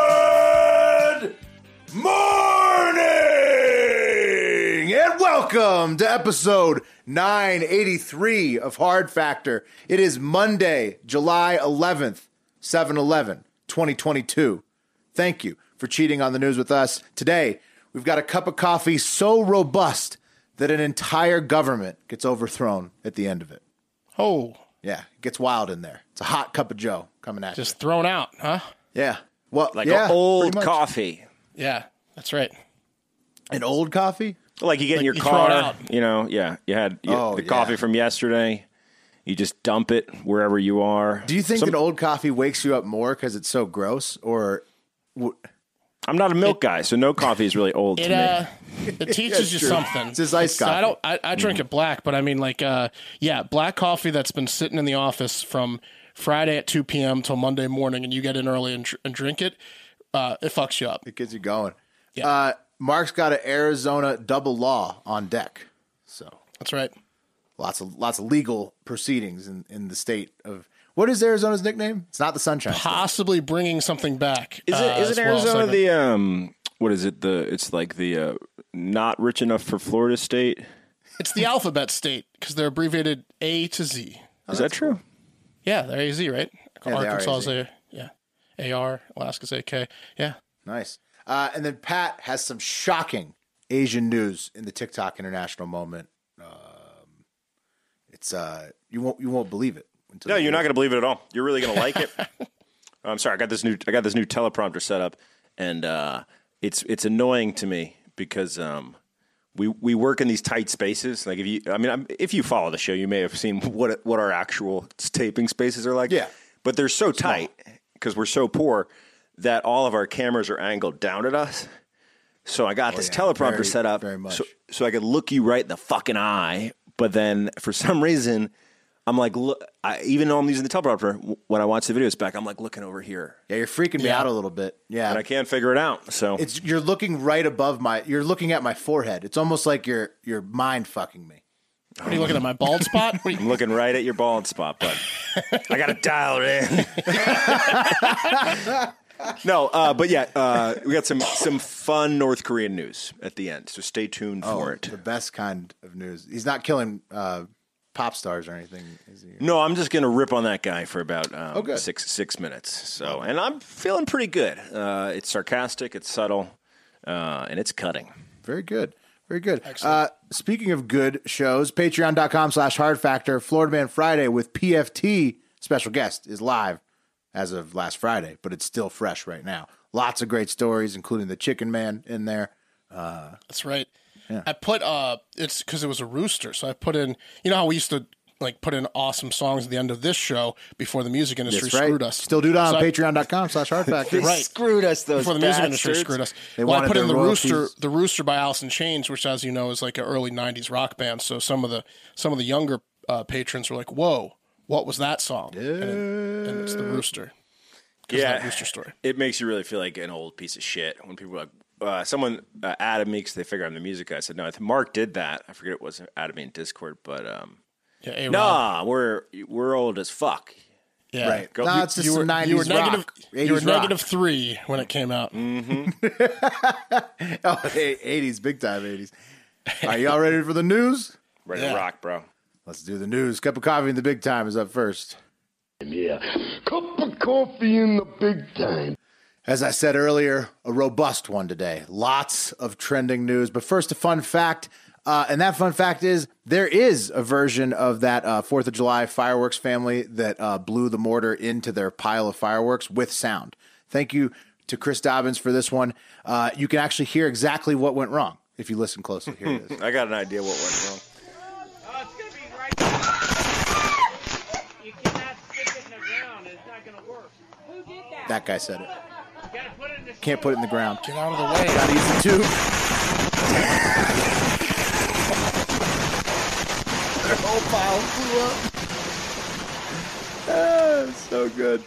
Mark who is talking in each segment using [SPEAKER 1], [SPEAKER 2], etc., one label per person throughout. [SPEAKER 1] Good morning and welcome to episode 983 of Hard Factor. It is Monday, July 11th, 7 11, 2022. Thank you for cheating on the news with us. Today, we've got a cup of coffee so robust that an entire government gets overthrown at the end of it.
[SPEAKER 2] Oh,
[SPEAKER 1] Yeah, it gets wild in there. It's a hot cup of joe coming at
[SPEAKER 2] just thrown out, huh?
[SPEAKER 1] you. Yeah. Well,
[SPEAKER 3] like
[SPEAKER 1] yeah,
[SPEAKER 3] a old
[SPEAKER 1] pretty much.
[SPEAKER 3] coffee.
[SPEAKER 2] Yeah, that's right.
[SPEAKER 1] An old coffee?
[SPEAKER 3] Like you get in your
[SPEAKER 2] you throw it
[SPEAKER 3] car,
[SPEAKER 2] out.
[SPEAKER 3] you know, yeah, you had you-
[SPEAKER 1] Oh,
[SPEAKER 3] the
[SPEAKER 1] yeah.
[SPEAKER 3] coffee from yesterday. You just dump it wherever you are.
[SPEAKER 1] Do you think
[SPEAKER 3] Some-
[SPEAKER 1] that old coffee wakes you up more because it's so gross, or w-
[SPEAKER 3] I'm not a milk guy, so no coffee is really old
[SPEAKER 2] It
[SPEAKER 3] to me.
[SPEAKER 2] uh, it teaches you something. It's
[SPEAKER 1] just iced
[SPEAKER 2] I don't. I, I drink it black, but I mean, like, uh, yeah, black coffee that's been sitting in the office from Friday at two p.m. till Monday morning, and you get in early and, dr- and drink it. Uh, it fucks you up.
[SPEAKER 1] it gets you going? Uh, Mark's got an Arizona double law on deck, so
[SPEAKER 2] That's right.
[SPEAKER 1] lots of lots of legal proceedings in, in the state of what is Arizona's nickname? It's not the Sunshine. State.
[SPEAKER 2] Possibly bringing something back.
[SPEAKER 3] Is
[SPEAKER 2] uh,
[SPEAKER 3] it
[SPEAKER 2] as
[SPEAKER 3] isn't
[SPEAKER 2] well. It's
[SPEAKER 3] Arizona
[SPEAKER 2] like a-
[SPEAKER 3] the um what is it the it's like the uh, not rich enough for Florida state?
[SPEAKER 1] Oh,
[SPEAKER 2] It's the alphabet state because they're abbreviated A to Z.
[SPEAKER 3] is that true?
[SPEAKER 2] Yeah, they're A Z, right?
[SPEAKER 1] they are
[SPEAKER 2] Arkansas is A. Yeah, AR. Alaska's AK. Yeah.
[SPEAKER 1] Nice. Uh, and then Pat has some shocking Asian news in the TikTok international moment. Um, it's uh, you won't you won't believe it. Until
[SPEAKER 3] No,
[SPEAKER 1] you
[SPEAKER 3] you're not going to believe it at all. You're really going to like it. I'm sorry. I got this new. I got this new teleprompter set up, and uh, it's it's annoying to me because um, we we work in these tight spaces. Like if you, I mean, I'm, if you follow the show, you may have seen what what our actual taping spaces are like.
[SPEAKER 1] Yeah.
[SPEAKER 3] but they're so tight because we're so poor that all of our cameras are angled down at us. So I got this
[SPEAKER 1] Oh, yeah,
[SPEAKER 3] teleprompter
[SPEAKER 1] very-
[SPEAKER 3] set up
[SPEAKER 1] very much.
[SPEAKER 3] So, so I could look you right in the fucking eye. But then for some reason, I'm like, look, I, even though I'm using the teleprompter, w- when I watch the videos back, I'm like looking over here
[SPEAKER 1] yeah, you're freaking me out a little bit. Yeah,
[SPEAKER 3] and I can't figure it out. So
[SPEAKER 1] It's you're looking right above my. You're looking at my forehead. It's almost like you're you're mind fucking me.
[SPEAKER 2] What are you looking at? My bald spot? What are you-
[SPEAKER 3] I'm looking right at your bald spot, but I got to dial it in. no, uh, but yeah, uh, we got some, some fun North Korean news at the end. So stay tuned for it.
[SPEAKER 1] Oh, The best kind of news. He's not killing uh, pop stars or anything, is he?
[SPEAKER 3] No, I'm just going to rip on that guy for about um,
[SPEAKER 1] Oh, good.
[SPEAKER 3] six six minutes.
[SPEAKER 2] Oh.
[SPEAKER 3] So, and I'm feeling pretty good. Uh, it's sarcastic, it's subtle, uh, and it's cutting.
[SPEAKER 1] Very good. Very good. Uh, speaking of good shows, patreon.com slash hard factor, Florida Man Friday with PFT special guest is live as of last Friday, but it's still fresh right now. Lots of great stories, including the chicken man in there.
[SPEAKER 2] That's right. I put uh, it's because it was a rooster, so I put in. You know how we used to like put in awesome songs at the end of this show before the music industry
[SPEAKER 1] That's right.
[SPEAKER 2] screwed us.
[SPEAKER 1] Still do that
[SPEAKER 2] So
[SPEAKER 1] on
[SPEAKER 2] I-
[SPEAKER 1] patreon.com slash hard factor.
[SPEAKER 2] Right.
[SPEAKER 3] Screwed us those
[SPEAKER 2] Before the music industry screwed us.
[SPEAKER 1] They
[SPEAKER 2] well, I
[SPEAKER 1] wanted
[SPEAKER 2] put in the
[SPEAKER 1] their
[SPEAKER 2] rooster,
[SPEAKER 1] royalties.
[SPEAKER 2] the rooster by Alice in Chains, which, as you know, is like an early '90s rock band. So some of the some of the younger uh, patrons were like, "Whoa, what was that song?" And, it- and it's the rooster. 'Cause of that
[SPEAKER 3] Yeah.
[SPEAKER 2] rooster story.
[SPEAKER 3] It makes you really feel like an old piece of shit when people are like. Uh, someone uh, added me because they figure I'm the music guy. I said no. I think Mark did that. I forget it was added me in Discord, but um,
[SPEAKER 2] Yeah, A-Rod.
[SPEAKER 3] nah, we're we're old as fuck.
[SPEAKER 2] yeah.
[SPEAKER 1] Right.
[SPEAKER 3] Go-
[SPEAKER 1] No, it's just
[SPEAKER 2] You were,
[SPEAKER 1] some 90s
[SPEAKER 2] you were negative.
[SPEAKER 1] rock.
[SPEAKER 2] You were
[SPEAKER 1] 80s rock.
[SPEAKER 2] negative three when it came out.
[SPEAKER 1] Oh, hey, 80s, big time 80s. Are y'all ready for the news?
[SPEAKER 3] Ready
[SPEAKER 2] Yeah.
[SPEAKER 3] to rock, bro.
[SPEAKER 1] Let's do the news. Cup of coffee in the big time is up first.
[SPEAKER 4] Yeah. Cup of coffee in the big time.
[SPEAKER 1] As I said earlier, a robust one today. Lots of trending news. But first, a fun fact. Uh, and that fun fact is there is a version of that uh, 4th of July fireworks family that uh, blew the mortar into their pile of fireworks with sound. Thank you to Chris Dobbins for this one. Uh, you can actually hear exactly what went wrong if you listen closely. Here it is.
[SPEAKER 3] I got an idea what went wrong.
[SPEAKER 5] Oh, it's gonna be right there. You cannot stick it in the ground. It's not gonna work. Who did that?
[SPEAKER 1] That guy said it.
[SPEAKER 5] You gotta put it in the
[SPEAKER 1] Can't put it in the ground.
[SPEAKER 2] Get out of the way.
[SPEAKER 1] Gotta use the tube. Their whole pile blew up. Ah, so good.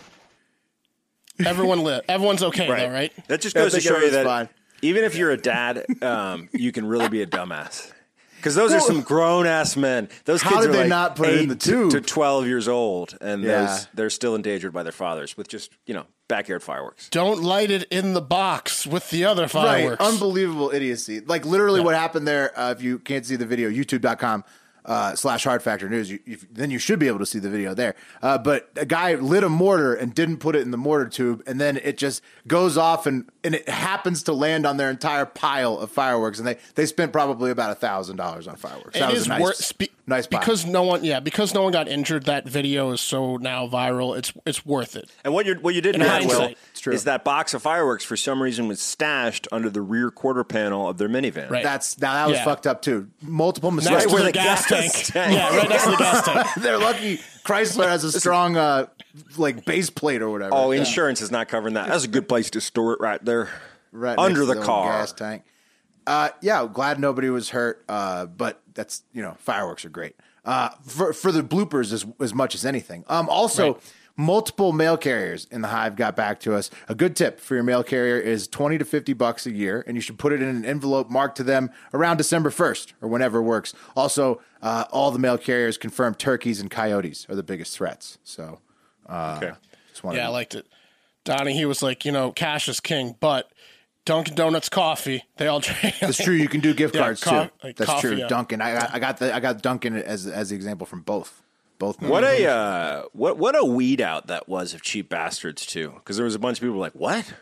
[SPEAKER 2] Everyone lit. Everyone's okay though, right?
[SPEAKER 3] That just
[SPEAKER 1] Yeah, I
[SPEAKER 3] goes to
[SPEAKER 1] think
[SPEAKER 3] show you
[SPEAKER 1] everyone's
[SPEAKER 3] that
[SPEAKER 1] fine.
[SPEAKER 3] even if you're a dad, um, you can really be a dumbass. Because those are some grown ass men. Those
[SPEAKER 1] How
[SPEAKER 3] kids
[SPEAKER 1] did
[SPEAKER 3] are
[SPEAKER 1] they
[SPEAKER 3] like
[SPEAKER 1] not put it in
[SPEAKER 3] eight
[SPEAKER 1] the
[SPEAKER 3] to- to
[SPEAKER 1] tube?
[SPEAKER 3] twelve years old, and
[SPEAKER 1] Yeah.
[SPEAKER 3] those, they're still endangered by their fathers with just you know backyard fireworks.
[SPEAKER 2] Don't light it in the box with the other fireworks.
[SPEAKER 1] Right. Unbelievable idiocy. Like literally what happened there. Uh, if you can't see the video, youtube.com uh, slash hard factor news, you, you, then you should be able to see the video there. Uh, but a guy lit a mortar and didn't put it in the mortar tube. And then it just goes off and, and it happens to land on their entire pile of fireworks. And they, they spent probably about a thousand dollars on fireworks. that
[SPEAKER 2] It
[SPEAKER 1] was
[SPEAKER 2] is
[SPEAKER 1] a nice,
[SPEAKER 2] wor- spe-
[SPEAKER 1] nice pile.
[SPEAKER 2] because no one, yeah, because no one got injured. That video is so now viral. It's it's worth it.
[SPEAKER 3] And what you what you didn't
[SPEAKER 2] In
[SPEAKER 3] have, Will,
[SPEAKER 2] hindsight.
[SPEAKER 1] It's true.
[SPEAKER 3] is that box of fireworks for some reason was stashed under the rear quarter panel of their minivan.
[SPEAKER 2] Right.
[SPEAKER 1] that's now that was
[SPEAKER 2] Yeah.
[SPEAKER 1] fucked up too. Multiple
[SPEAKER 2] Next
[SPEAKER 1] mistakes.
[SPEAKER 2] to
[SPEAKER 3] where
[SPEAKER 2] the,
[SPEAKER 3] the
[SPEAKER 2] gas,
[SPEAKER 3] gas
[SPEAKER 2] tank.
[SPEAKER 3] tank.
[SPEAKER 2] Yeah, right next to the gas tank.
[SPEAKER 1] They're lucky Chrysler has a strong uh, like base plate or whatever.
[SPEAKER 3] Oh, insurance is not covering that. That's a good place to store it right there,
[SPEAKER 1] right next
[SPEAKER 3] under
[SPEAKER 1] to
[SPEAKER 3] the,
[SPEAKER 1] old
[SPEAKER 3] car.
[SPEAKER 1] gas tank. Uh, yeah, glad nobody was hurt. Uh, but that's you know fireworks are great uh, for for the bloopers as as much as anything. Um, also. Multiple mail carriers in the hive got back to us. A good tip for your mail carrier is 20 to 50 bucks a year, and you should put it in an envelope marked to them around December 1st or whenever works. Also, uh, all the mail carriers confirm turkeys and coyotes are the biggest threats. So, uh,
[SPEAKER 3] Okay.
[SPEAKER 1] just wanted
[SPEAKER 2] Yeah, I
[SPEAKER 1] to-
[SPEAKER 2] liked it. Donnie, he was like, you know, cash is king, but Dunkin' Donuts coffee, they all drink.
[SPEAKER 1] That's true. You can do gift
[SPEAKER 2] Yeah,
[SPEAKER 1] cards
[SPEAKER 2] co-
[SPEAKER 1] too.
[SPEAKER 2] like
[SPEAKER 1] That's
[SPEAKER 2] coffee,
[SPEAKER 1] true.
[SPEAKER 2] yeah.
[SPEAKER 1] Duncan. I got, I got the I got Duncan as as the example from both. Both.
[SPEAKER 3] What a uh, what what a weed out that was of cheap bastards too, because there was a bunch of people like, "What?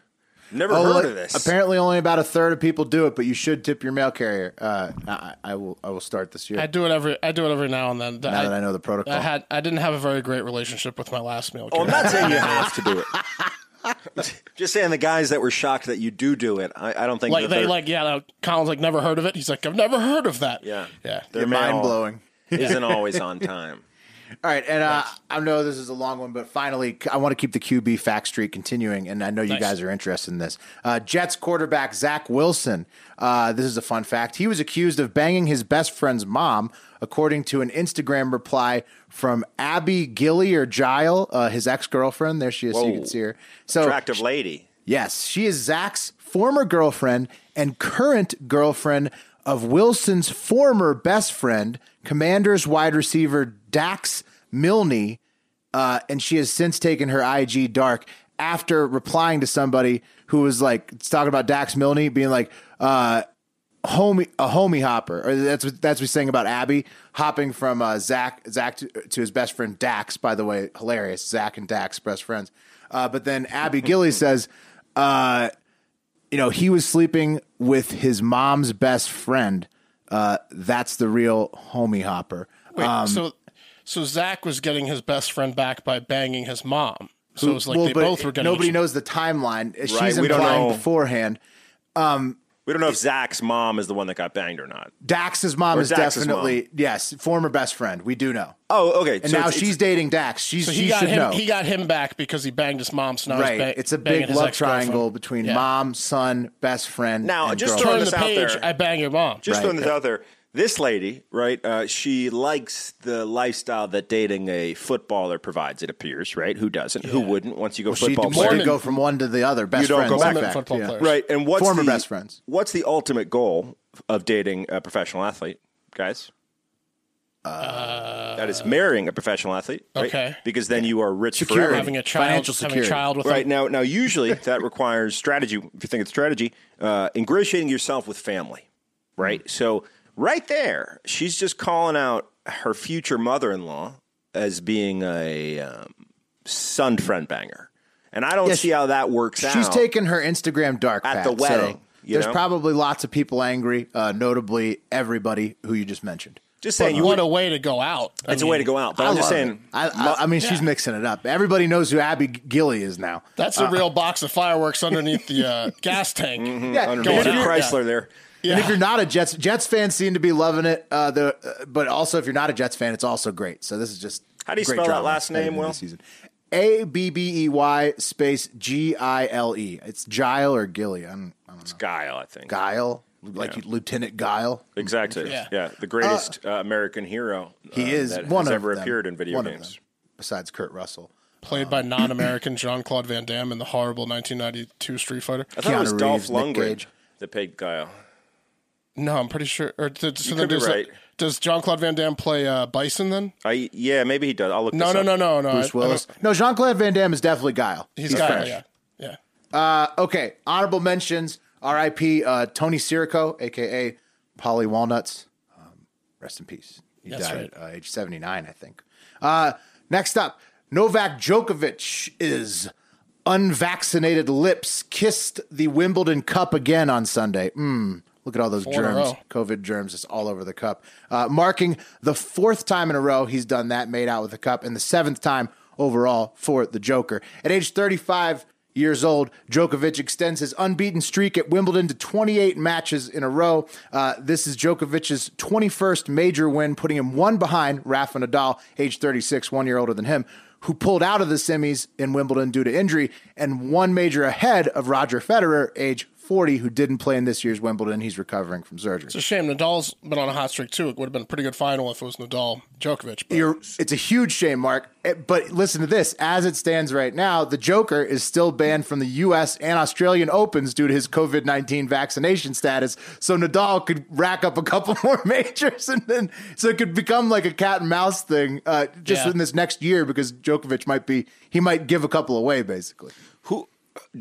[SPEAKER 3] Never
[SPEAKER 1] Oh,
[SPEAKER 3] heard
[SPEAKER 1] look,
[SPEAKER 3] of this."
[SPEAKER 1] Apparently, only about a third of people do it, but you should tip your mail carrier. Uh, I, I will. I will start this year.
[SPEAKER 2] I do it every I do it every now and then.
[SPEAKER 1] now that I know the protocol.
[SPEAKER 2] I had I didn't have a very great relationship with my last meal.
[SPEAKER 3] oh, I'm not saying you have to do it. Just saying the guys that were shocked that you do do it. I, I don't think
[SPEAKER 2] like
[SPEAKER 3] that
[SPEAKER 2] they
[SPEAKER 3] they're-
[SPEAKER 2] like yeah, no, Colin's like never heard of it. He's like I've never heard of that.
[SPEAKER 3] yeah
[SPEAKER 2] yeah.
[SPEAKER 3] Their mail
[SPEAKER 1] mind blowing.
[SPEAKER 3] isn't always on time.
[SPEAKER 1] All right, and uh, I know this is a long one, but finally, I want to keep the QB fact streak continuing, and I know you
[SPEAKER 2] Nice.
[SPEAKER 1] guys are interested in this. Uh, Jets quarterback Zach Wilson. Uh, this is a fun fact. He was accused of banging his best friend's mom, according to an Instagram reply from Abby Gilly or Gile, uh, his ex girlfriend. There she is. so you
[SPEAKER 3] Whoa.
[SPEAKER 1] can see her. So
[SPEAKER 3] Attractive lady.
[SPEAKER 1] Yes, she is Zach's former girlfriend and current girlfriend of Wilson's former best friend, Commanders wide receiver Dax Milne, uh, and she has since taken her IG dark after replying to somebody who was like it's talking about Dax Milne being like uh, homie a homie hopper, or that's what that's what he's saying about Abby hopping from uh, Zach Zach to, to his best friend Dax. By the way, hilarious Zach and Dax best friends. Uh, but then Abby Gilly says uh, you know, he was sleeping with his mom's best friend. Uh, that's the real homie hopper.
[SPEAKER 2] Wait,
[SPEAKER 1] Um,
[SPEAKER 2] so so Zach was getting his best friend back by banging his mom. So it was like
[SPEAKER 1] Well,
[SPEAKER 2] they
[SPEAKER 1] but
[SPEAKER 2] both were getting
[SPEAKER 1] nobody
[SPEAKER 2] each-
[SPEAKER 1] knows the timeline. She's
[SPEAKER 3] we don't
[SPEAKER 1] implying
[SPEAKER 3] know.
[SPEAKER 1] beforehand.
[SPEAKER 3] We don't know if Zach's mom is the one that got banged or not.
[SPEAKER 1] Dax's mom
[SPEAKER 3] Or
[SPEAKER 1] is
[SPEAKER 3] Dax's
[SPEAKER 1] definitely yes, former best friend. We do know.
[SPEAKER 3] Oh, okay.
[SPEAKER 1] and
[SPEAKER 3] so
[SPEAKER 1] now
[SPEAKER 3] it's- it's-
[SPEAKER 1] she's dating Dax. She's,
[SPEAKER 2] So
[SPEAKER 1] she
[SPEAKER 2] he got
[SPEAKER 1] should
[SPEAKER 2] him.
[SPEAKER 1] know.
[SPEAKER 2] He got him back because he banged his mom. So now he's
[SPEAKER 1] right,
[SPEAKER 2] bang-
[SPEAKER 1] it's a
[SPEAKER 2] banging
[SPEAKER 1] big
[SPEAKER 2] his
[SPEAKER 1] love
[SPEAKER 2] ex-girlfriend.
[SPEAKER 1] triangle between
[SPEAKER 2] Yeah.
[SPEAKER 1] mom, son, best friend.
[SPEAKER 3] Now,
[SPEAKER 1] and
[SPEAKER 3] just
[SPEAKER 1] girlfriend.
[SPEAKER 3] throwing
[SPEAKER 2] Turn
[SPEAKER 3] this
[SPEAKER 2] the
[SPEAKER 3] out
[SPEAKER 2] page.
[SPEAKER 3] there.
[SPEAKER 2] I bang your mom.
[SPEAKER 3] Just
[SPEAKER 1] Right.
[SPEAKER 3] throwing this out there. This lady, right? Uh, she likes the lifestyle that dating a footballer provides. It appears, right? Who doesn't? Who wouldn't? Once you go
[SPEAKER 1] she,
[SPEAKER 3] football,
[SPEAKER 1] she
[SPEAKER 3] player.
[SPEAKER 1] did go from one to the other. Best
[SPEAKER 3] You don't
[SPEAKER 1] friends,
[SPEAKER 3] go back.
[SPEAKER 1] in
[SPEAKER 3] Mormon
[SPEAKER 1] fact,
[SPEAKER 2] football players.
[SPEAKER 3] right? And what's
[SPEAKER 1] Former
[SPEAKER 3] the,
[SPEAKER 1] best friends.
[SPEAKER 3] What's the ultimate goal of dating a professional athlete, guys? Uh, that is marrying a professional athlete, right?
[SPEAKER 2] Okay.
[SPEAKER 3] Because then you are rich
[SPEAKER 1] Security.
[SPEAKER 3] forever.
[SPEAKER 2] having a child,
[SPEAKER 1] Financial
[SPEAKER 2] having a
[SPEAKER 1] security.
[SPEAKER 2] child with
[SPEAKER 3] Right now, now usually that requires strategy. If you think it's strategy, uh, ingratiating yourself with family, right? So right there, she's just calling out her future mother-in-law as being a um, son friend banger, and I don't
[SPEAKER 1] Yeah,
[SPEAKER 3] see
[SPEAKER 1] she-
[SPEAKER 3] how that works out.
[SPEAKER 1] She's taken her Instagram dark
[SPEAKER 3] At
[SPEAKER 1] path,
[SPEAKER 3] the wedding,
[SPEAKER 1] so
[SPEAKER 3] you
[SPEAKER 1] there's
[SPEAKER 3] know?
[SPEAKER 1] probably lots of people angry, uh, notably everybody who you just mentioned.
[SPEAKER 3] Just
[SPEAKER 2] But
[SPEAKER 3] saying, you
[SPEAKER 2] what
[SPEAKER 3] would,
[SPEAKER 2] a way to go out. I
[SPEAKER 3] it's a way to
[SPEAKER 2] mean,
[SPEAKER 3] go out. But I am just
[SPEAKER 1] love it.
[SPEAKER 3] saying,
[SPEAKER 1] I, I, I mean, she's mixing it up. Everybody knows who Abby Gilly is now.
[SPEAKER 2] That's a real box of fireworks underneath the uh, gas tank.
[SPEAKER 1] Yeah,
[SPEAKER 2] going
[SPEAKER 3] underneath the
[SPEAKER 2] out.
[SPEAKER 3] Chrysler there.
[SPEAKER 1] Mm-hmm.
[SPEAKER 2] Yeah.
[SPEAKER 1] And if you're not a Jets Jets fan, seem to be loving it. Uh, the uh, but also if you're not a Jets fan, it's also great. So this is just
[SPEAKER 3] How do you
[SPEAKER 1] great
[SPEAKER 3] spell that
[SPEAKER 1] drama
[SPEAKER 3] last
[SPEAKER 1] heading
[SPEAKER 3] name,
[SPEAKER 1] into
[SPEAKER 3] Will?
[SPEAKER 1] the season. A b b e y space g i l e. It's Gile or Gilly. I'm, I don't know.
[SPEAKER 3] Guile, I think.
[SPEAKER 1] Guile, like
[SPEAKER 3] Yeah.
[SPEAKER 1] Lieutenant Guile.
[SPEAKER 3] Exactly.
[SPEAKER 2] Yeah.
[SPEAKER 3] Yeah. The greatest uh, American hero.
[SPEAKER 1] He
[SPEAKER 3] uh,
[SPEAKER 1] is
[SPEAKER 3] that
[SPEAKER 1] one
[SPEAKER 3] has
[SPEAKER 1] of
[SPEAKER 3] ever
[SPEAKER 1] them.
[SPEAKER 3] appeared in video
[SPEAKER 1] One of
[SPEAKER 3] games.
[SPEAKER 1] them, besides Kurt Russell.
[SPEAKER 2] Played by non American Jean Claude Van Damme in the horrible 1992 Street Fighter.
[SPEAKER 3] I thought it was
[SPEAKER 1] Keanu
[SPEAKER 3] Dolph
[SPEAKER 1] Reeves, Nick
[SPEAKER 3] Lundgren
[SPEAKER 1] Cage.
[SPEAKER 3] that played Guile.
[SPEAKER 2] No, I'm pretty sure. Or th- so then
[SPEAKER 3] could be
[SPEAKER 2] does,
[SPEAKER 3] right.
[SPEAKER 2] does Jean Claude Van Damme play uh, Bison then?
[SPEAKER 3] I yeah, maybe he does. I'll look.
[SPEAKER 2] No,
[SPEAKER 3] this
[SPEAKER 2] no,
[SPEAKER 3] up.
[SPEAKER 2] no, no, no. I- I
[SPEAKER 1] Bruce
[SPEAKER 2] don't-
[SPEAKER 1] Willis. No, Jean Claude Van Damme is definitely Guile.
[SPEAKER 2] he's got
[SPEAKER 3] French.
[SPEAKER 2] it. Yeah. Yeah.
[SPEAKER 1] Uh, Okay, honorable mentions. R.I.P. Uh, Tony Sirico, aka Polly Walnuts. Um, rest in peace. He
[SPEAKER 2] That's
[SPEAKER 1] died at uh, age 79, I think. Uh, next up, Novak Djokovic is unvaccinated lips kissed the Wimbledon Cup again on Sunday. Mm, look at all those
[SPEAKER 2] Four in a
[SPEAKER 1] germs,
[SPEAKER 2] row.
[SPEAKER 1] COVID germs, just all over the cup. Uh, marking the fourth time in a row he's done that, made out with the cup, and the seventh time overall for the Joker. At age 35 years old, Djokovic extends his unbeaten streak at Wimbledon to 28 matches in a row. Uh, this is Djokovic's 21st major win, putting him one behind Rafa Nadal, age 36, one year older than him who pulled out of the semis in Wimbledon due to injury, and one major ahead of Roger Federer, age 40, who didn't play in this year's Wimbledon. He's recovering from surgery.
[SPEAKER 2] It's a shame. Nadal's been on a hot streak too. It would have been a pretty good final if it was Nadal Djokovic. But
[SPEAKER 1] You're, it's a huge shame, Mark. Eh, But listen to this. As it stands right now, the Joker is still banned from the U.S. and Australian Opens due to his COVID 19 vaccination status. So Nadal could rack up a couple more majors. And then, so it could become like a cat and mouse thing uh, just
[SPEAKER 2] Yeah.
[SPEAKER 1] in this next year because Djokovic might be, he might give a couple away, basically.
[SPEAKER 3] Who?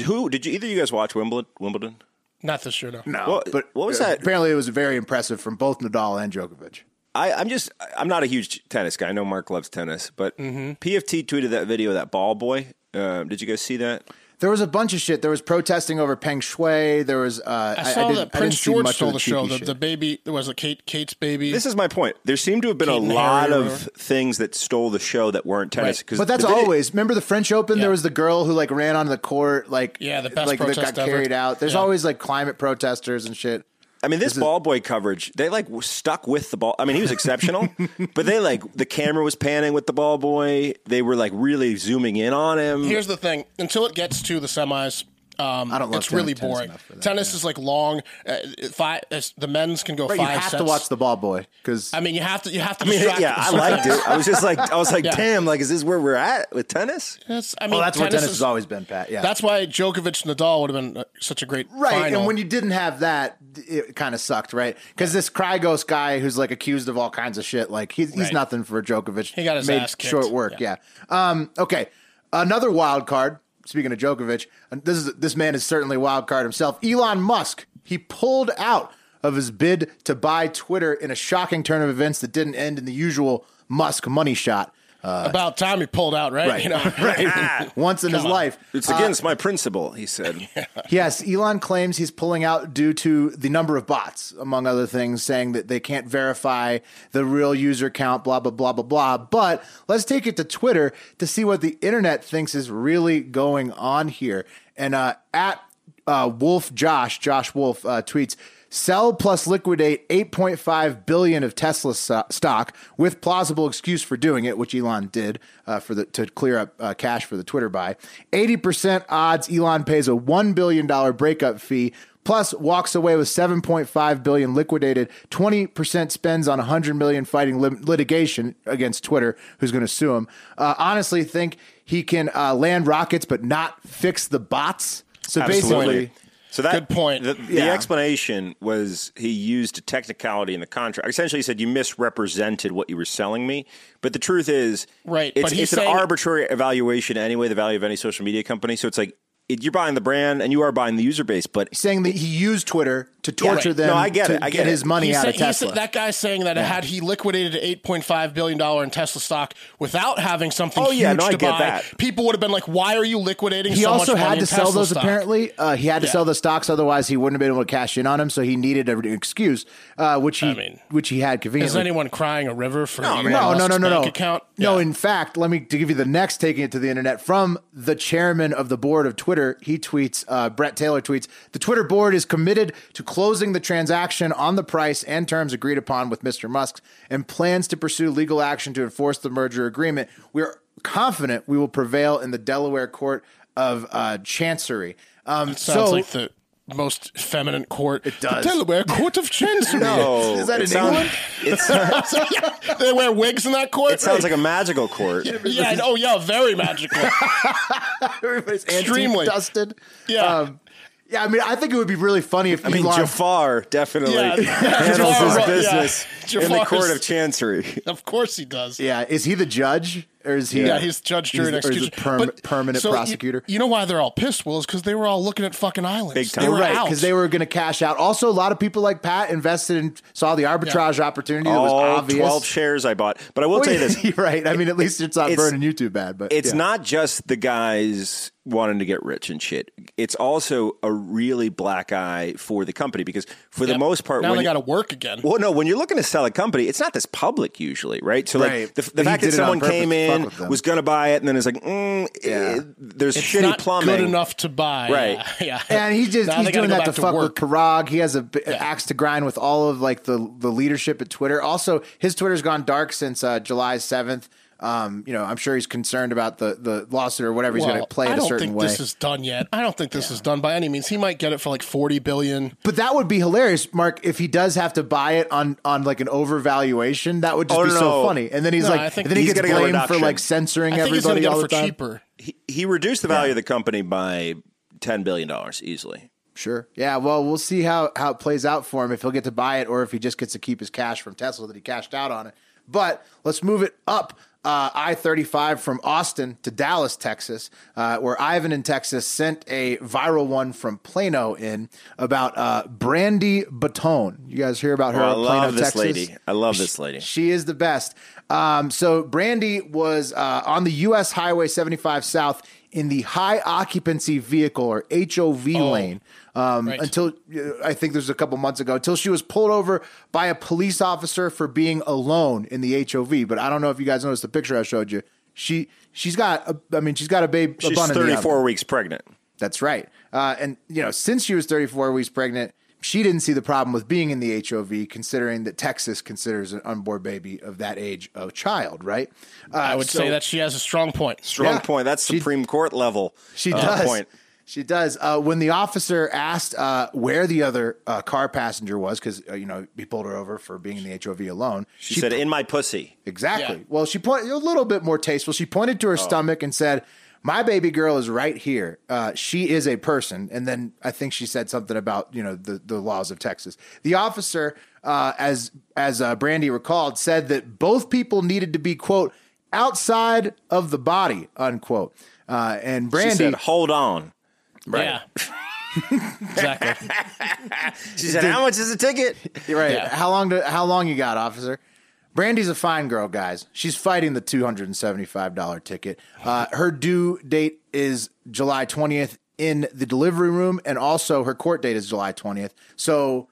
[SPEAKER 3] Who did you? Either of you guys watch Wimbledon? Wimbledon?
[SPEAKER 2] not this year, no.
[SPEAKER 1] No,
[SPEAKER 3] Well, what was that-
[SPEAKER 1] Apparently, it was very impressive from both Nadal and Djokovic.
[SPEAKER 3] I, I'm just. I'm not a huge tennis guy. I know Mark loves tennis, but PFT tweeted that video of that ball boy. Um, did you guys see that?
[SPEAKER 1] There was a bunch of shit. There was protesting over Peng Shui. There was. Uh,
[SPEAKER 2] I saw
[SPEAKER 1] didn't-
[SPEAKER 2] that
[SPEAKER 1] I didn't
[SPEAKER 2] Prince
[SPEAKER 1] see
[SPEAKER 2] George
[SPEAKER 1] much of
[SPEAKER 2] stole the, show.
[SPEAKER 1] cheeky
[SPEAKER 2] The,
[SPEAKER 1] shit.
[SPEAKER 2] the baby was it Kate Kate's baby.
[SPEAKER 3] This is my point. There seemed to have been
[SPEAKER 2] Keaton
[SPEAKER 3] a
[SPEAKER 2] Harry
[SPEAKER 3] lot
[SPEAKER 2] or
[SPEAKER 3] of
[SPEAKER 2] whatever.
[SPEAKER 3] things that stole the show that weren't tennis.
[SPEAKER 2] Right.
[SPEAKER 3] 'cause
[SPEAKER 1] but that's
[SPEAKER 3] the video-
[SPEAKER 1] always. Remember the French Open?
[SPEAKER 2] Yeah.
[SPEAKER 1] There was the girl who like ran onto the court, like
[SPEAKER 2] Yeah, the best
[SPEAKER 1] like that
[SPEAKER 2] protest
[SPEAKER 1] got
[SPEAKER 2] ever.
[SPEAKER 1] carried out. There's
[SPEAKER 2] Yeah.
[SPEAKER 1] always like climate protesters and shit.
[SPEAKER 3] I mean, this, ball boy coverage, they like w- stuck with the ball. I mean, he was exceptional, but they like the camera was panning with the ball boy. They were like really zooming in on him.
[SPEAKER 2] Here's the thing: until it gets to the semis, um,
[SPEAKER 1] I don't love
[SPEAKER 2] it's
[SPEAKER 1] ten-
[SPEAKER 2] really
[SPEAKER 1] tennis
[SPEAKER 2] boring.
[SPEAKER 1] enough for that,
[SPEAKER 2] tennis is like long. Uh, five, the men's can go
[SPEAKER 1] But you
[SPEAKER 2] five
[SPEAKER 1] have
[SPEAKER 2] sets.
[SPEAKER 1] to watch the ball boy because
[SPEAKER 2] I mean, you have to. You have to.
[SPEAKER 3] I mean,
[SPEAKER 2] distract
[SPEAKER 3] yeah, I liked it. I was just like, I was like,
[SPEAKER 2] Yeah.
[SPEAKER 3] damn, like, is this where we're at with tennis?
[SPEAKER 2] That's, I mean,
[SPEAKER 1] oh, that's where
[SPEAKER 2] tennis
[SPEAKER 1] tennis
[SPEAKER 2] is-
[SPEAKER 1] has always been, Pat. Yeah,
[SPEAKER 2] That's why Djokovic Nadal would have been uh, such a great
[SPEAKER 1] Right,
[SPEAKER 2] final.
[SPEAKER 1] and when you didn't have that, it kind of sucked, right? Because this Krygos guy, who's like accused of all kinds of shit, like he's, he's
[SPEAKER 2] Right.
[SPEAKER 1] nothing for Djokovic.
[SPEAKER 2] He got his
[SPEAKER 1] made
[SPEAKER 2] ass kicked.
[SPEAKER 1] short work. Yeah.
[SPEAKER 2] Yeah.
[SPEAKER 1] Um, okay, another wild card. Speaking of Djokovic, and this is this man is certainly a wild card himself. Elon Musk. He pulled out of his bid to buy Twitter in a shocking turn of events that didn't end in the usual Musk money shot.
[SPEAKER 2] about time he pulled out, right?
[SPEAKER 1] Right.
[SPEAKER 2] You know,
[SPEAKER 3] Ah,
[SPEAKER 1] Once in his
[SPEAKER 2] on.
[SPEAKER 1] life,
[SPEAKER 3] it's against my principle, he said.
[SPEAKER 1] Yes, Elon claims he's pulling out due to the number of bots, among other things, saying that they can't verify the real user count, blah, blah, blah, blah, blah. But let's take it to Twitter to see what the internet thinks is really going on here. And uh, at uh, Wolf Josh, Josh Wolf uh, tweets, sell plus liquidate 8.5 billion of Tesla so- stock with plausible excuse for doing it, which Elon did uh, for the to clear up uh, cash for the Twitter buy. 80% odds Elon pays a 1 billion dollar breakup fee. Plus, walks away with 7.5 billion liquidated. 20% spends on 100 million fighting lit- litigation against Twitter, who's going to sue him. Uh, honestly, think he can uh, land rockets, but not fix the bots. So basically,
[SPEAKER 3] So that
[SPEAKER 2] Good point.
[SPEAKER 3] The, the
[SPEAKER 1] Yeah.
[SPEAKER 3] explanation was he used a technicality in the contract. Essentially, he said you misrepresented what you were selling me. But the truth is,
[SPEAKER 2] Right,
[SPEAKER 3] It's,
[SPEAKER 2] but he's
[SPEAKER 3] it's an
[SPEAKER 2] saying-
[SPEAKER 3] arbitrary evaluation anyway. The value of any social media company. So it's like it, you're buying the brand and you are buying the user base, but
[SPEAKER 1] saying that he used Twitter to torture
[SPEAKER 2] right.
[SPEAKER 1] them
[SPEAKER 3] No, I get
[SPEAKER 1] to
[SPEAKER 3] it. I
[SPEAKER 1] get
[SPEAKER 3] get it.
[SPEAKER 1] his money
[SPEAKER 2] He
[SPEAKER 1] out
[SPEAKER 2] said-
[SPEAKER 1] of
[SPEAKER 2] he
[SPEAKER 1] Tesla.
[SPEAKER 2] said- that guy's saying that had he liquidated $8.5 billion in Tesla stock without having something
[SPEAKER 3] Oh, yeah,
[SPEAKER 2] huge
[SPEAKER 3] no, I
[SPEAKER 2] to
[SPEAKER 3] get
[SPEAKER 2] buy,
[SPEAKER 3] that.
[SPEAKER 2] people would have been like, why are you liquidating
[SPEAKER 1] he
[SPEAKER 2] so
[SPEAKER 1] also
[SPEAKER 2] much money
[SPEAKER 1] had
[SPEAKER 2] in
[SPEAKER 1] to sell
[SPEAKER 2] Tesla
[SPEAKER 1] those
[SPEAKER 2] stock?
[SPEAKER 1] apparently uh, he had to
[SPEAKER 2] Yeah.
[SPEAKER 1] sell the stocks otherwise he wouldn't have been able to cash in on them so he needed an excuse uh, which he
[SPEAKER 2] I mean,
[SPEAKER 1] which he had
[SPEAKER 2] Is
[SPEAKER 1] conveniently
[SPEAKER 2] anyone crying a river for
[SPEAKER 3] No,
[SPEAKER 2] Elon
[SPEAKER 3] man.
[SPEAKER 1] no, no,
[SPEAKER 2] Musk's
[SPEAKER 1] no, no, no.
[SPEAKER 2] bank account?
[SPEAKER 1] No,
[SPEAKER 2] Yeah.
[SPEAKER 1] in fact, let me to give you the next taking it to the internet from the chairman of the board of Twitter. He tweets, uh, Brett Taylor tweets, the Twitter board is committed to closing the transaction on the price and terms agreed upon with Mr. Musk and plans to pursue legal action to enforce the merger agreement. We're confident we will prevail in the Delaware Court of uh, Chancery. Um,
[SPEAKER 2] sounds
[SPEAKER 1] so,
[SPEAKER 2] like the most feminine court. It
[SPEAKER 1] does.
[SPEAKER 2] The Delaware Court of Chancery.
[SPEAKER 3] No,
[SPEAKER 1] Is that
[SPEAKER 3] it
[SPEAKER 1] in
[SPEAKER 3] sounds, it's-
[SPEAKER 2] Yeah, they wear wigs in that court.
[SPEAKER 3] it sounds like a magical court.
[SPEAKER 2] yeah. and- Oh, yeah. Very magical.
[SPEAKER 1] everybody's
[SPEAKER 2] Extremely.
[SPEAKER 1] extremely dusted.
[SPEAKER 2] Yeah.
[SPEAKER 1] yeah, I mean, I think it would be really funny if
[SPEAKER 3] I mean,
[SPEAKER 1] Elon
[SPEAKER 3] Jafar definitely
[SPEAKER 2] Yeah,
[SPEAKER 3] handles
[SPEAKER 2] Jafar,
[SPEAKER 3] his
[SPEAKER 2] yeah.
[SPEAKER 3] business in the
[SPEAKER 2] Jafar's-
[SPEAKER 3] court of chancery.
[SPEAKER 2] of course he does.
[SPEAKER 1] Yeah, is he the judge or is he?
[SPEAKER 2] Yeah, he's judge, jury, and
[SPEAKER 1] he's the- or he's
[SPEAKER 2] executioner.
[SPEAKER 1] the perm-
[SPEAKER 2] But-
[SPEAKER 1] permanent
[SPEAKER 2] so you-
[SPEAKER 1] prosecutor.
[SPEAKER 2] You, know why they're all pissed, Will? Is because they were all looking at fucking islands.
[SPEAKER 3] Big time.
[SPEAKER 2] They were
[SPEAKER 1] right,
[SPEAKER 2] out.
[SPEAKER 1] because they were going to cash out. Also, a lot of people like Pat invested and saw the arbitrage opportunity that was
[SPEAKER 3] All
[SPEAKER 1] obvious.
[SPEAKER 3] twelve shares I bought, but I will tell you this:
[SPEAKER 1] You're right. I mean, at least it's not
[SPEAKER 3] It's-
[SPEAKER 1] burning you too bad. But
[SPEAKER 3] it's
[SPEAKER 1] yeah.
[SPEAKER 3] not just the guys wanting to get rich and shit. It's also a really black eye for the company because, for the most part,
[SPEAKER 2] now
[SPEAKER 3] when
[SPEAKER 2] they
[SPEAKER 3] you-
[SPEAKER 2] got to work again.
[SPEAKER 3] Well, no, when you're looking to sell a company, it's not this public usually, right? So, like,
[SPEAKER 1] Right.
[SPEAKER 3] the,
[SPEAKER 1] But
[SPEAKER 3] the
[SPEAKER 1] he
[SPEAKER 3] fact that
[SPEAKER 1] did it on
[SPEAKER 3] someone
[SPEAKER 1] purpose to
[SPEAKER 3] came
[SPEAKER 1] fuck
[SPEAKER 3] in,
[SPEAKER 1] with them.
[SPEAKER 3] was going to buy it, and then it's like, mm, eh, there's
[SPEAKER 2] It's
[SPEAKER 3] shitty
[SPEAKER 2] not
[SPEAKER 3] plumbing.
[SPEAKER 2] good enough to buy. uh,
[SPEAKER 3] Right.
[SPEAKER 2] Yeah. yeah.
[SPEAKER 1] And he just
[SPEAKER 2] Now
[SPEAKER 1] he's
[SPEAKER 2] they gotta
[SPEAKER 1] doing
[SPEAKER 2] go
[SPEAKER 1] that
[SPEAKER 2] back
[SPEAKER 1] to, fuck
[SPEAKER 2] work.
[SPEAKER 1] with Parag. He has a b- axe to grind with all of like the the leadership at Twitter. Also, his Twitter's gone dark since uh, July seventh. Um, you know, I'm sure he's concerned about the the lawsuit or whatever. he's going
[SPEAKER 2] Well,
[SPEAKER 1] to play it
[SPEAKER 2] I
[SPEAKER 1] a
[SPEAKER 2] don't
[SPEAKER 1] certain
[SPEAKER 2] think
[SPEAKER 1] way.
[SPEAKER 2] this is done yet. I don't think this is done by any means. He might get it for like forty billion.
[SPEAKER 1] But that would be hilarious, Mark, if he does have to buy it on on like an overvaluation. That would just
[SPEAKER 3] Oh,
[SPEAKER 1] be so
[SPEAKER 3] no.
[SPEAKER 1] funny. And then he's
[SPEAKER 2] No, I
[SPEAKER 1] like,
[SPEAKER 2] think
[SPEAKER 1] and then he
[SPEAKER 3] he's
[SPEAKER 1] gets
[SPEAKER 3] gonna get a
[SPEAKER 1] blamed for
[SPEAKER 3] reduction.
[SPEAKER 1] like censoring
[SPEAKER 2] I think he's gonna
[SPEAKER 1] everybody
[SPEAKER 2] get
[SPEAKER 1] all the
[SPEAKER 2] it for
[SPEAKER 1] time.
[SPEAKER 2] cheaper.
[SPEAKER 3] he, he reduced the value of the company by $10 billion easily.
[SPEAKER 1] Sure. Yeah. Well, we'll see how how it plays out for him if he'll get to buy it or if he just gets to keep his cash from Tesla that he cashed out on it. But let's move it up uh, I thirty five from Austin to Dallas, Texas, uh, where Ivan in Texas sent a viral one from Plano in about uh, Brandy Batone. You guys hear about her?
[SPEAKER 3] Oh, I
[SPEAKER 1] in Plano,
[SPEAKER 3] love this
[SPEAKER 1] Texas?
[SPEAKER 3] lady. I love this lady.
[SPEAKER 1] She is the best. Um, so Brandy was uh, on the U.S. Highway 75 South in the high occupancy vehicle or HOV lane um,
[SPEAKER 2] right.
[SPEAKER 1] until uh, I think this was a couple months ago until she was pulled over by a police officer for being alone in the HOV. But I don't know if you guys noticed the picture I showed you. She she's got a, I mean she's got a babe. a
[SPEAKER 3] She's
[SPEAKER 1] bun in the oven.
[SPEAKER 3] 34 weeks pregnant.
[SPEAKER 1] That's right. Uh, and you know, since she was 34 weeks pregnant, she didn't see the problem with being in the HOV, considering that Texas considers an unborn baby of that age a child, right? Uh,
[SPEAKER 2] I would say that she has a strong point.
[SPEAKER 3] Strong
[SPEAKER 1] Yeah.
[SPEAKER 3] point. That's
[SPEAKER 1] She-
[SPEAKER 3] Supreme Court level
[SPEAKER 1] She
[SPEAKER 3] uh,
[SPEAKER 1] does.
[SPEAKER 3] point.
[SPEAKER 1] She does. Uh, when the officer asked uh, where the other uh, car passenger was, because uh, you know he pulled her over for being in the HOV alone,
[SPEAKER 3] She, said, in my pussy.
[SPEAKER 1] Exactly.
[SPEAKER 2] Yeah.
[SPEAKER 1] Well, she pointed a little bit more tasteful. She pointed to
[SPEAKER 3] Oh.
[SPEAKER 1] her stomach and said, "My baby girl is right here. Uh, she is a person." And then I think she said something about you know the the laws of Texas. The officer, uh, as as uh, Brandy recalled, said that both people needed to be quote outside of the body unquote. Uh, and
[SPEAKER 3] She
[SPEAKER 1] Brandy,
[SPEAKER 3] said, hold on.
[SPEAKER 2] Yeah. exactly.
[SPEAKER 3] She said, how much is a ticket?
[SPEAKER 1] You're right.
[SPEAKER 2] Yeah.
[SPEAKER 1] How long? Do, how long you got, officer? Brandy's a fine girl, guys. She's fighting the two hundred and seventy-five dollar ticket. Uh, her due date is July twentieth in the delivery room, and also her court date is July twentieth. So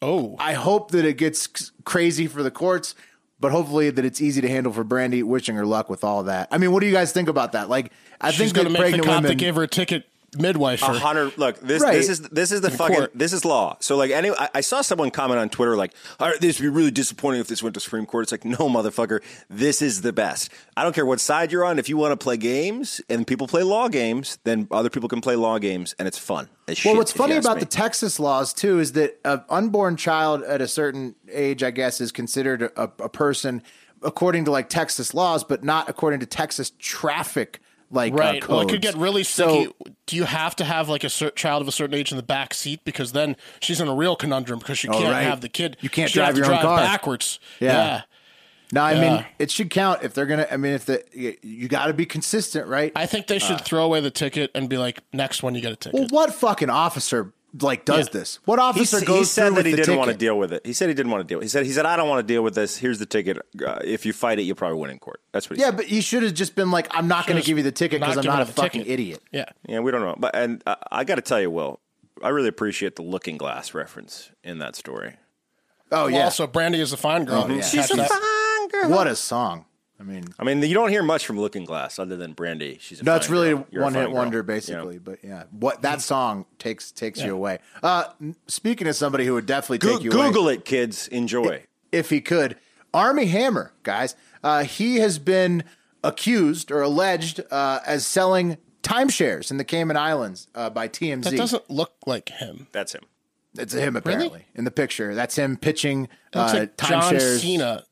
[SPEAKER 2] Oh.
[SPEAKER 1] I hope that it gets c- crazy for the courts, but hopefully that it's easy to handle for Brandy. Wishing her luck with all that. I mean, what do you guys think about that? Like, I
[SPEAKER 2] She's
[SPEAKER 1] think
[SPEAKER 2] gonna
[SPEAKER 1] that
[SPEAKER 2] make the
[SPEAKER 1] pregnant
[SPEAKER 2] cop
[SPEAKER 1] women. Uh-huh.
[SPEAKER 2] that gave her a ticket midwife.
[SPEAKER 3] A hundred. Look, this
[SPEAKER 1] Right.
[SPEAKER 3] this is this is the fucking
[SPEAKER 2] court.
[SPEAKER 3] this is law. So like, any I, I saw someone comment on Twitter like, All right, "This would be really disappointing if this went to Supreme Court." It's like, no, motherfucker, this is the best. I don't care what side you're on. If you want to play games and people play law games, then other people can play law games, and it's fun. As
[SPEAKER 1] Well,
[SPEAKER 3] shit,
[SPEAKER 1] what's
[SPEAKER 3] if you
[SPEAKER 1] funny
[SPEAKER 3] ask
[SPEAKER 1] about
[SPEAKER 3] me.
[SPEAKER 1] the Texas laws too is that an unborn child at a certain age, I guess, is considered a, a person according to like Texas laws, but not according to Texas traffic like
[SPEAKER 2] Right.
[SPEAKER 1] uh,
[SPEAKER 2] well, it
[SPEAKER 1] codes.
[SPEAKER 2] could get really
[SPEAKER 1] So-
[SPEAKER 2] sticky. Do you have to have like a cer- child of a certain age in the back seat because then she's in a real conundrum because she can't
[SPEAKER 1] Oh, right.
[SPEAKER 2] have the kid.
[SPEAKER 1] You can't
[SPEAKER 2] She'll have
[SPEAKER 1] drive
[SPEAKER 2] to
[SPEAKER 1] your own car.
[SPEAKER 2] backwards.
[SPEAKER 1] Yeah.
[SPEAKER 2] yeah.
[SPEAKER 1] No, I
[SPEAKER 2] Yeah.
[SPEAKER 1] mean it should count if they're gonna. I mean, if the you, got to be consistent, right? Uh.
[SPEAKER 2] I think they should throw away the ticket and be like, next one you get a ticket.
[SPEAKER 1] well, what fucking officer like does
[SPEAKER 3] Yeah.
[SPEAKER 1] this? What officer
[SPEAKER 3] he, s-
[SPEAKER 1] goes
[SPEAKER 3] he said
[SPEAKER 1] through
[SPEAKER 3] that
[SPEAKER 1] with
[SPEAKER 3] he
[SPEAKER 1] the
[SPEAKER 3] didn't
[SPEAKER 1] ticket?
[SPEAKER 3] want to deal with it. He said he didn't want to deal. He said he said I don't want to deal with this. Here's the ticket. Uh, if you fight it, you'll probably win in court. That's what. He
[SPEAKER 1] Yeah,
[SPEAKER 3] said.
[SPEAKER 1] but you should have just been like, I'm not going to
[SPEAKER 2] just
[SPEAKER 1] give you the ticket because
[SPEAKER 2] not
[SPEAKER 1] I'm
[SPEAKER 2] give
[SPEAKER 1] not a
[SPEAKER 2] him the
[SPEAKER 1] fucking
[SPEAKER 2] ticket.
[SPEAKER 1] idiot.
[SPEAKER 2] Yeah.
[SPEAKER 3] yeah, we don't know. But and I, I got to tell you, Will, I really appreciate the Looking Glass reference in that story.
[SPEAKER 1] Oh
[SPEAKER 2] Well,
[SPEAKER 1] yeah, Mm-hmm.
[SPEAKER 2] Also, Brandy is a fine girl. She's
[SPEAKER 3] fine girl.
[SPEAKER 1] what a song. I mean,
[SPEAKER 3] I mean, you don't hear much from Looking Glass other than Brandy. She's a
[SPEAKER 1] no, it's
[SPEAKER 3] fine
[SPEAKER 1] really
[SPEAKER 3] girl. You're a
[SPEAKER 1] one
[SPEAKER 3] fine
[SPEAKER 1] hit
[SPEAKER 3] girl.
[SPEAKER 1] wonder,
[SPEAKER 3] You know? Mm-hmm.
[SPEAKER 1] basically. But yeah, what that song takes takes you away. Uh, n- speaking of somebody who would definitely
[SPEAKER 3] Go-
[SPEAKER 1] take you away,
[SPEAKER 3] Google it, kids. Enjoy.
[SPEAKER 1] if he could. Army Hammer, guys, uh, he has been accused or alleged uh, as selling timeshares in the Cayman Islands uh, by TMZ.
[SPEAKER 2] That doesn't look like him.
[SPEAKER 3] That's him.
[SPEAKER 1] it's him apparently in the picture. That's him pitching
[SPEAKER 2] It looks
[SPEAKER 1] uh,
[SPEAKER 2] like John
[SPEAKER 1] timeshares.
[SPEAKER 2] Cena.